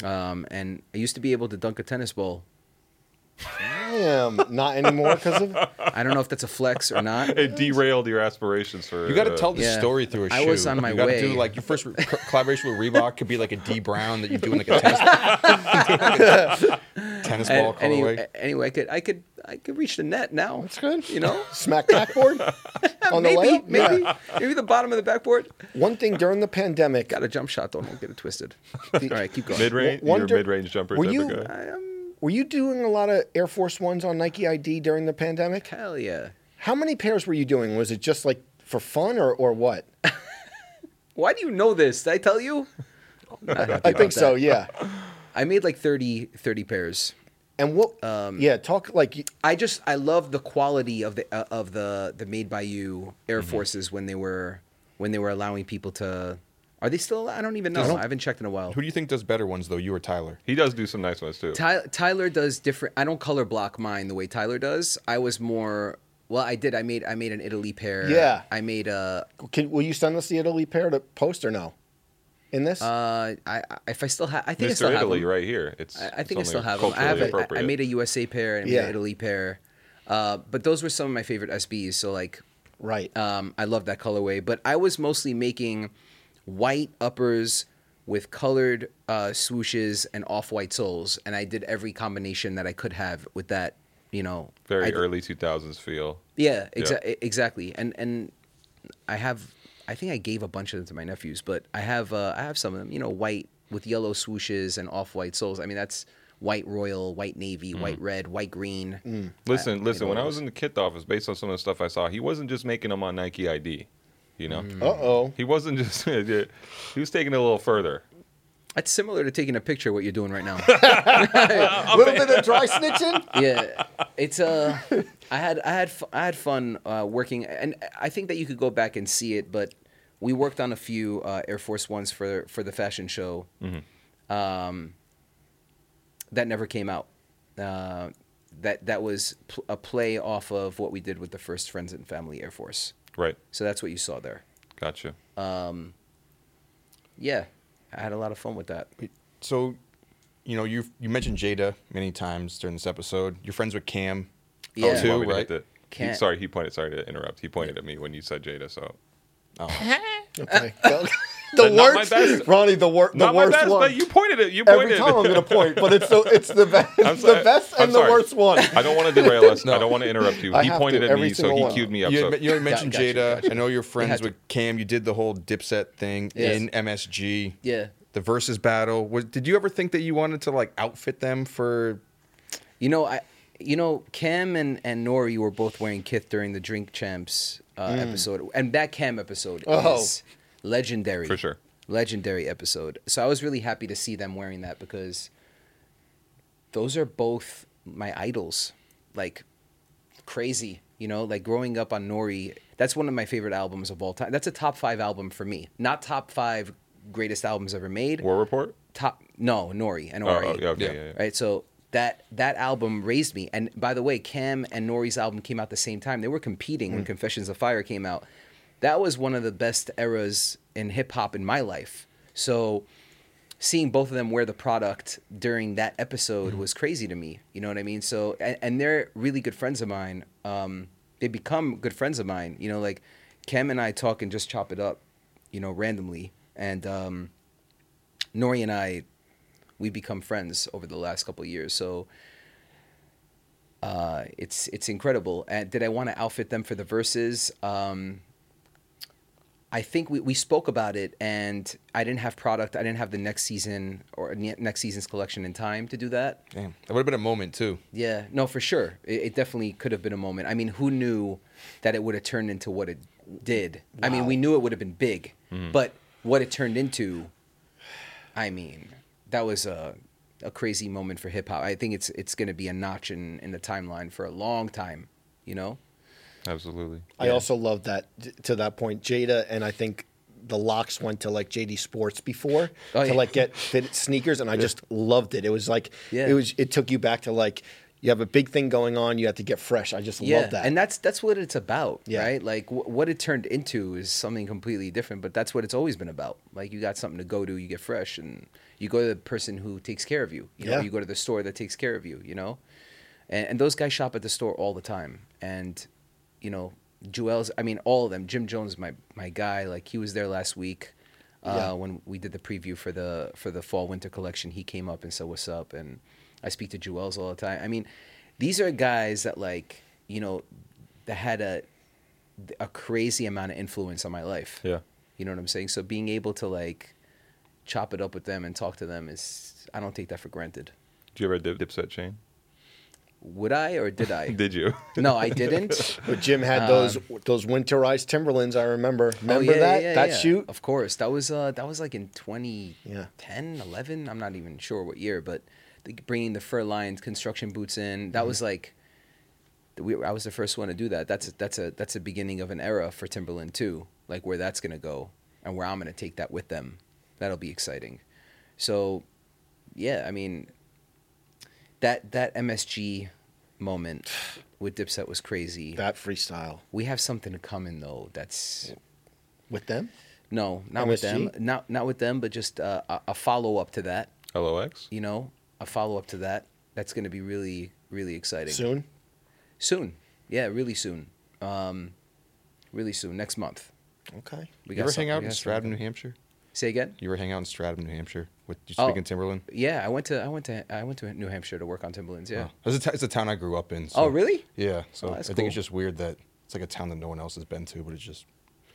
D: Um, and I used to be able to dunk a tennis ball.
A: Damn, not anymore because *laughs* of
D: I don't know if that's a flex or not.
C: It derailed your aspirations for.
B: You got to
C: uh,
B: tell the
D: Yeah.
B: story through a shoe.
D: I was on my
B: you gotta
D: way.
B: do like your first re- co- collaboration with Reebok could be like a D Brown that you do in like
C: *laughs*
B: a tennis, tennis ball *laughs*
D: And uh, any-
B: colorway.
D: anyway, I could I could I could reach the net now.
A: That's good.
D: You know,
A: smack backboard *laughs* on the
D: maybe
A: way.
D: maybe maybe the bottom of the backboard.
A: *laughs* One thing during the pandemic,
D: Got a jump shot though. Don't get
A: *laughs*
D: it twisted. All right, keep going.
C: mid-range.
A: One
C: Your
A: dir-
C: mid-range jumper
A: Were
C: type
A: you-
C: of guy.
D: I am
A: were you doing a lot of Air Force Ones on Nike ID during the pandemic?
D: hell yeah.
A: How many pairs were you doing? Was it just like for fun or, or what?
D: Why do you know this? Did I tell you? Not happy
A: I
D: about
A: think so,
D: that.
A: yeah.
D: *laughs* I made like 30, 30 pairs.
A: And what?
D: Um,
A: yeah, talk like y-
D: I just I love the quality of the uh, of the the made by you Air Forces when they were when they were allowing people to. Are they still? I don't even know. I, haven't checked in a while.
B: Who do you think does better ones though? You or Tyler?
C: He does do some nice ones too.
D: Ty- Tyler does different. I don't color block mine the way Tyler does. I was more. Well, I did. I made I made an Italy pair.
A: Yeah.
D: I made a.
A: can, will you send us the Italy pair to post or no? In this?
D: Uh, I I- if I still have, I think I still
C: Mr.
D: have
C: Italy,
D: them.
C: right here. It's.
D: I, I
C: it's
D: think I
C: only
D: still have them. I,
C: culturally
D: have a, I- I
C: appropriate.
D: made a USA pair and I made
A: Yeah.
D: an Italy pair. Uh, but those were some of my favorite SBs. So like,
A: right.
D: um, I love that colorway. But I was mostly making white uppers with colored uh, swooshes and off-white soles, and I did every combination that I could have with that. You know,
C: very
D: I-
C: early 2000s feel.
D: Yeah, exa- e-, exactly. And and I have, I think I gave a bunch of them to my nephews, but I have uh, I have some of them. You know, white with yellow swooshes and off-white soles. I mean, that's white royal, white navy, white red, white green.
C: Mm. Listen, listen.
D: know
C: When I
D: it
C: was in the kit office, based on some of the stuff I saw, he wasn't just making them on Nike ID. You know,
D: Mm.
A: uh
D: *laughs*
A: oh.
C: he wasn't *laughs* just. he was taking it a little further.
D: That's similar to taking a picture of what you're doing
C: *laughs*
D: right now.
A: A *laughs* little bit of dry
D: *laughs*
A: snitching?
D: yeah, it's uh, I had I had f- I had fun uh, working, and I think that you could go back and see it. But we worked on a few uh, Air Force Ones for for the fashion show, um, that never came out. Uh, that that was pl- a play off of what we did with the first Friends and Family Air Force.
C: Right.
D: So that's what you saw there.
C: Gotcha.
D: Yeah, I had a lot of fun with that.
B: So, you know, you you mentioned Jada many times during this episode. You're friends with Cam.
D: Yeah.
C: That's
B: too,
C: why we didn't
B: right?
C: get the- he-
D: Can't-
A: *laughs*
C: sorry, he pointed. Sorry to interrupt. He pointed at me when you said Jada. So
A: Okay. the
C: Not my
A: worst,
C: best.
A: Ronnie. The, wor- the
C: Not my
A: worst
C: best,
A: one.
C: but you pointed it. You pointed
A: Every time I'm gonna point, but it's the it's the best,
C: I'm
A: it's the
C: sorry.
A: best
C: I'm
A: and the
C: sorry.
A: worst one.
C: *laughs* I don't want to derail us.
B: No.
C: I don't want to interrupt you.
A: I
C: he
A: have
C: pointed
A: to,
C: at
A: every
C: me, so
A: single
C: he
A: one.
C: queued me up.
B: You,
C: so-
B: had, you already mentioned
D: gotcha,
B: Jada.
D: gotcha.
B: I know you're friends
D: had
B: with Cam. You did the whole Dipset thing
D: Yes.
B: in MSG.
D: Yeah.
B: The versus battle. Was, did you ever think that you wanted to like outfit them for?
D: You know, I, you know, Cam and and Nori were both wearing kith during the Drink Champs uh, episode, and that Cam episode
A: Oh.
D: is legendary
C: For sure.
D: legendary episode. So I was really happy to see them wearing that because those are both my idols. Like crazy, you know, like growing up on Nori, that's one of my favorite albums of all time. That's a top 5 album for me. Not top 5 greatest albums ever made.
C: War report.
D: top no, Nori and
C: Oh,
D: Ori.
C: oh, yeah, okay,
B: Yeah.
C: yeah, yeah.
D: E. Right? So that that album raised me. And by the way, Cam and Nori's album came out the same time. They were competing
C: Mm.
D: when Confessions of Fire came out. That was one of the best eras in hip hop in my life. So seeing both of them wear the product during that episode
C: Mm.
D: was crazy to me. You know what I mean? So and, and they're really good friends of mine. Um, they become good friends of mine. You know, like Cam and I talk and just chop it up, you know, randomly. And um, Nori and I, we become friends over the last couple of years. So uh, it's it's incredible. And did I want to outfit them for the verses? Um, I think we, we spoke about it, and I didn't have product. I didn't have the next season or ne- next season's collection in time to do that.
B: Damn, that would have been a moment too.
D: Yeah, no, for sure. It, it definitely could have been a moment. I mean, who knew that it would have turned into what it did? I mean, we knew it would have been big,
A: Mm-hmm.
D: but what it turned into, I mean, that was a a crazy moment for hip hop. I think it's it's going to be a notch in in the timeline for a long time. You know?
C: Absolutely.
A: I also love that j- to that point, Jada, and I think the locks went to like JD Sports before
D: Oh,
A: to
D: yeah.
A: like get fit sneakers, and I just loved it. It was like
D: Yeah.
A: it was it took you back to like you have a big thing going on, you have to get fresh. I just love that.
D: and that's that's what it's about,
A: Yeah.
D: right? Like w- what it turned into is something completely different, but that's what it's always been about. Like you got something to go to, you get fresh, and you go to the person who takes care of you. You know,
A: Yeah.
D: you go to the store that takes care of you. You know, and, and those guys shop at the store all the time, and you know, Joel's. I mean, all of them. Jim Jones, is my my guy. Like he was there last week. Uh,
A: Yeah.
D: when we did the preview for the for the fall winter collection, he came up and said, "What's up?" And I speak to Jewels all the time. I mean, these are guys that like you know that had a a crazy amount of influence on my life.
C: Yeah.
D: you know what I'm saying. So being able to like chop it up with them and talk to them is I don't take that for granted.
C: Did you ever dip, dipset chain?
D: Would I or did I?
C: Did you?
D: *laughs*
C: *laughs*
D: no, I
A: *laughs*
D: didn't. Oh,
A: but Jim had those those winterized Timberlands. I remember. Remember
D: Oh, yeah,
A: that
D: yeah, yeah,
A: that
D: yeah.
A: shoot.
D: Of course, that was uh, that was like in 2010,
A: Yeah.
D: 11. I'm not even sure what year, but the, bringing the fur lined construction boots in.
A: Mm-hmm.
D: That was like we, I was the first one to do that. That's a, that's a that's a beginning of an era for Timberland too. Like where that's gonna go and where I'm gonna take that with them. That'll be exciting. So, yeah, I mean, that that MSG
A: *sighs*
D: moment with Dipset was crazy.
A: That freestyle
D: we have something in common though. That's
A: with them.
D: no, not with them.
A: MSG?
D: Not not with them, but just uh, a, a follow up to that.
C: LOX?
D: You know, a follow up to that. That's going to be really really exciting.
A: Soon,
D: Soon. Yeah, really soon. Um, really soon. Next month.
A: okay.
D: We
B: you ever
D: something-
B: hang out
D: we
B: in
D: got
B: Stratham,
D: something.
B: New Hampshire?
D: Say again.
B: You ever hang out in Stratham, New Hampshire? With you
D: Oh.
B: speaking Timberland?
D: Yeah, I went to I went to I went to New Hampshire to work on Timberlands. Yeah.
B: Oh, it's, a t- it's a town I grew up in. so-
D: Oh, really?
B: Yeah. So
D: Oh,
B: I
D: that's
B: think it's
D: cool.
B: just weird that it's like a town that no one else has been to, but it's
D: *laughs*
B: just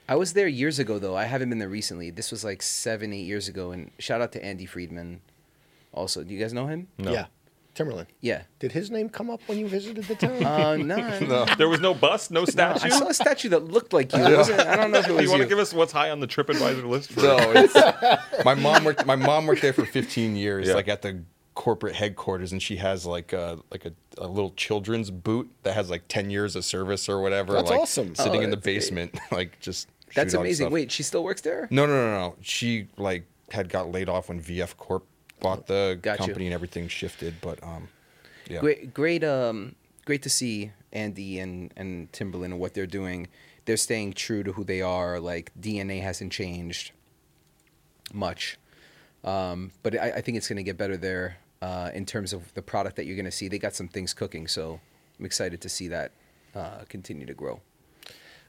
D: I was there years ago though. I haven't been there recently. This was like seven, eight years ago. And shout out to Andy Friedman. Also, do you guys know him?
A: Yeah, Timberland.
D: Yeah.
A: Did his name come up when you visited the town?
B: *laughs*
D: Uh, no, no.
C: There was no
A: *laughs*
C: bus, no
D: I
C: statue?
D: saw a statue that looked like *laughs* you. It wasn't- I don't know if it was
C: you want to give us what's high on the TripAdvisor list? For
B: No, it's, *laughs* my mom worked. My mom worked there for 15 years,
C: Yeah.
B: like at the corporate headquarters, and she has like a like a, a little children's boot that has like 10 years of service or whatever.
A: That's
B: like,
A: awesome.
B: Sitting
D: Oh,
B: in the
D: that's great.
B: basement, *laughs* like just.
D: That's
B: shoot on
D: amazing.
B: stuff.
D: Wait, she still works there?
B: No, no, no, no. She like had got laid off when VF Corp bought the
D: Got you.
B: company and everything shifted, but um, yeah.
D: Great, great, um, great to see Andy and and Timberland and what they're doing. They're staying true to who they are. Like DNA hasn't changed much, um, but I, I think it's going to get better there uh, in terms of the product that you're going to see. They got some things cooking, so I'm excited to see that uh, continue to grow.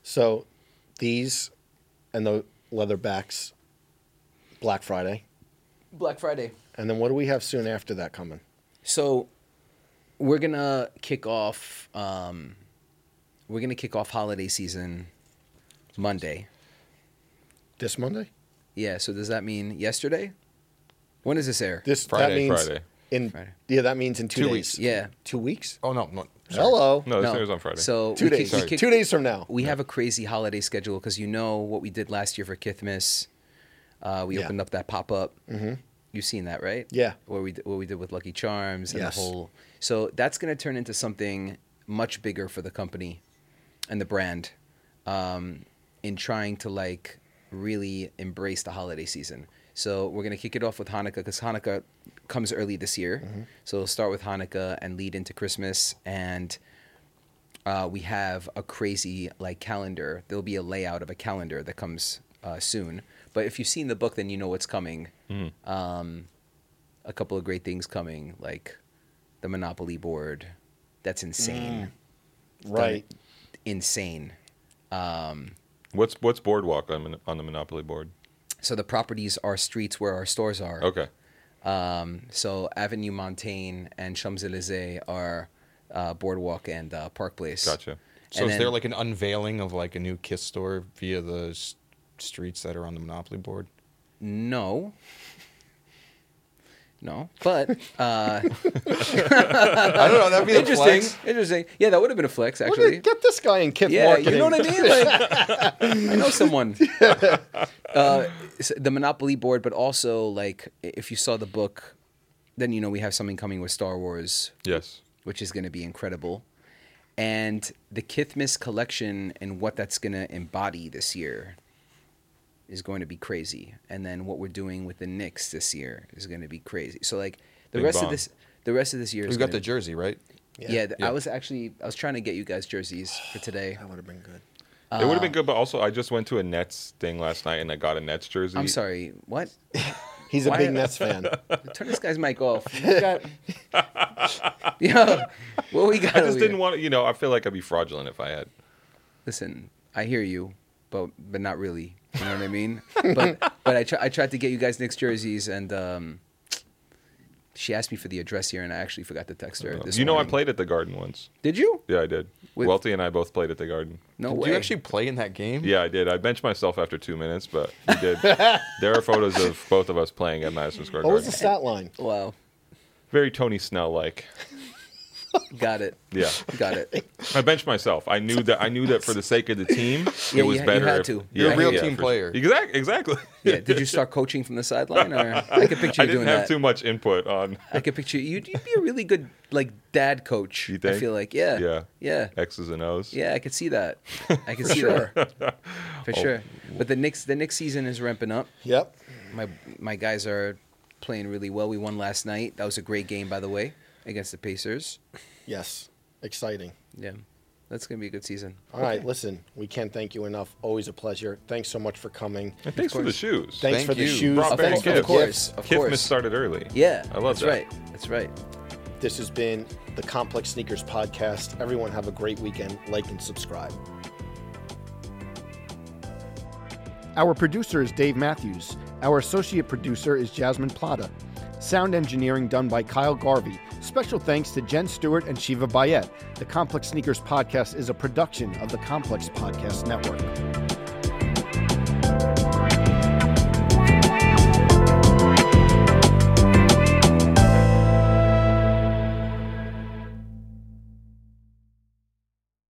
A: So these and the leatherbacks Black Friday,
D: Black Friday.
A: and then what do we have soon after that coming?
D: So we're gonna kick off. Um, we're gonna kick off holiday season Monday.
A: This Monday.
D: Yeah. So does that mean yesterday? When does this air?
A: This that
C: Friday,
A: means
C: Friday.
A: in
D: Friday.
A: yeah that means in two,
B: Two
A: days.
B: weeks.
D: Yeah.
A: two weeks.
B: Oh no, no. sorry.
A: Hello.
C: No, this thing was on Friday.
D: So
A: two
D: we kick-
A: days.
D: we kick-
A: Two days from now.
D: We have a crazy holiday schedule because you know what we did last year for Kithmas. Uh, we
A: Yeah.
D: opened up that pop up. Mm-hmm. You've seen that, right?
A: Yeah.
D: What we d- what we did with Lucky Charms and
A: Yes.
D: the whole. So that's going to turn into something much bigger for the company and the brand um, in trying to like really embrace the holiday season. So we're gonna kick it off with Hanukkah because Hanukkah comes early this year. So we'll start with Hanukkah and lead into Christmas and uh, we have a crazy like calendar. There'll be a layout of a calendar that comes uh, soon. But if you've seen the book, then you know what's coming. Um, a couple of great things coming, like the Monopoly board. That's insane,
B: Mm.
A: Right.
D: insane.
C: What's what's boardwalk on, Mon- on the Monopoly board?
D: So the properties are streets where our stores are.
C: Okay.
D: So Avenue Montaigne and Champs Elysees are uh, Boardwalk and uh, Park Place.
C: Gotcha.
B: So
D: And
B: is
D: then-
B: there like an unveiling of like a new Kiss store via the s- streets that are on the Monopoly board?
D: No. No, but
B: *laughs* I
D: uh,
B: don't know. That'd be
D: *laughs* interesting. Interesting. Yeah, that would have been a flex
A: Look
D: actually.
A: at- get this guy in
D: *laughs*
A: Kith
D: yeah,
A: marketing.
D: you know what I mean. Like, *laughs* I know someone. Uh, s- the Monopoly board, but also like i- if you saw the book, then you know we have something coming with Star Wars
C: Yes.
D: which is going to be incredible. And the Kithmas collection and what that's going to embody this year is going to be crazy. And then what we're doing with the Knicks this year is going to be crazy. So like the
C: Big
D: rest
C: bomb.
D: of this, the rest of this year is
B: We've got the
D: gonna-
B: jersey, right?
A: Yeah.
D: yeah, th- I was actually I was trying to get you guys jerseys for today.
A: *laughs* That would have been good.
C: it would have
D: Uh,
C: been good, but also I just went to a Nets thing last night and I got a Nets jersey.
D: I'm sorry,
C: *laughs*
D: what?
A: He's a
D: Why- *laughs*
A: big Nets fan.
D: Turn this guy's
C: *laughs*
D: mic off. We got... *laughs* yeah, what we got?
C: I just
D: over
C: didn't
D: here?
C: want to, you know, I feel like I'd be fraudulent if I had.
D: listen, I hear you, but but not really. You know what I mean?
C: *laughs*
D: but but I try, I tried to get you guys Knicks jerseys, and um, she asked me for the address here, and I actually forgot to text her. This
C: Uh, you know, I
D: morning.
C: played at the Garden once.
D: Did you?
C: Yeah, I did.
D: With-
C: Welty and I both played at the Garden.
D: No
B: Did
D: way.
B: you actually play in that game?
C: Yeah, I did. I benched myself after two minutes, but he
D: *laughs*
C: did. there are photos of both of us playing at Madison Square
A: What was
C: Garden.
A: the stat line?
D: Wow.
C: Very Tony Snell like.
D: Got it.
C: Yeah,
D: *laughs* Got
C: *laughs*
D: it.
C: I benched myself. I knew that. I knew that for the sake of the team,
D: Yeah,
C: it was
D: you- you
C: better.
D: had
C: if-
D: to.
B: You're a
C: yeah,
B: real
C: yeah,
B: team
C: for-
B: player.
C: Exact, exactly.
D: Yeah. Did you start coaching from the sideline, or I could
C: *laughs*
D: picture
C: I
D: you
C: didn't
D: doing
C: have
D: that.
C: too much input on
D: I could picture you. You'd, you'd be a really good like dad coach.
C: You
D: I
C: think?
D: feel like yeah.
C: Yeah.
D: Yeah.
C: X's and O's.
D: Yeah, I could see that. I could see that for sure. But the Knicks, the Knicks season is ramping up.
A: Yep.
D: my my guys are playing really well. We won last night. That was a great game, by the way, against the Pacers.
A: Yes. Exciting.
D: Yeah, that's gonna be a good season.
A: All right, listen, we can't thank you enough. Always a pleasure. Thanks so much for coming.
C: And thanks for the shoes.
A: Thanks
B: Thank
A: for the
B: you.
A: shoes.
C: Brought
A: Thanks
C: back
A: for the
C: Kith.
D: Of course,
A: gift.
D: of
C: Kithmas
D: course.
C: started early.
D: Yeah,
C: I love
D: that's
C: that.
D: right. That's right.
A: This has been the Complex Sneakers Podcast. Everyone have a great weekend. Like and subscribe. Our producer is Dave Matthews. Our associate producer is Jasmine Plata. Sound engineering done by Kyle Garvey. Special thanks to Jen Stewart and Shiva Bayet. The Complex Sneakers Podcast is a production of the Complex Podcast Network.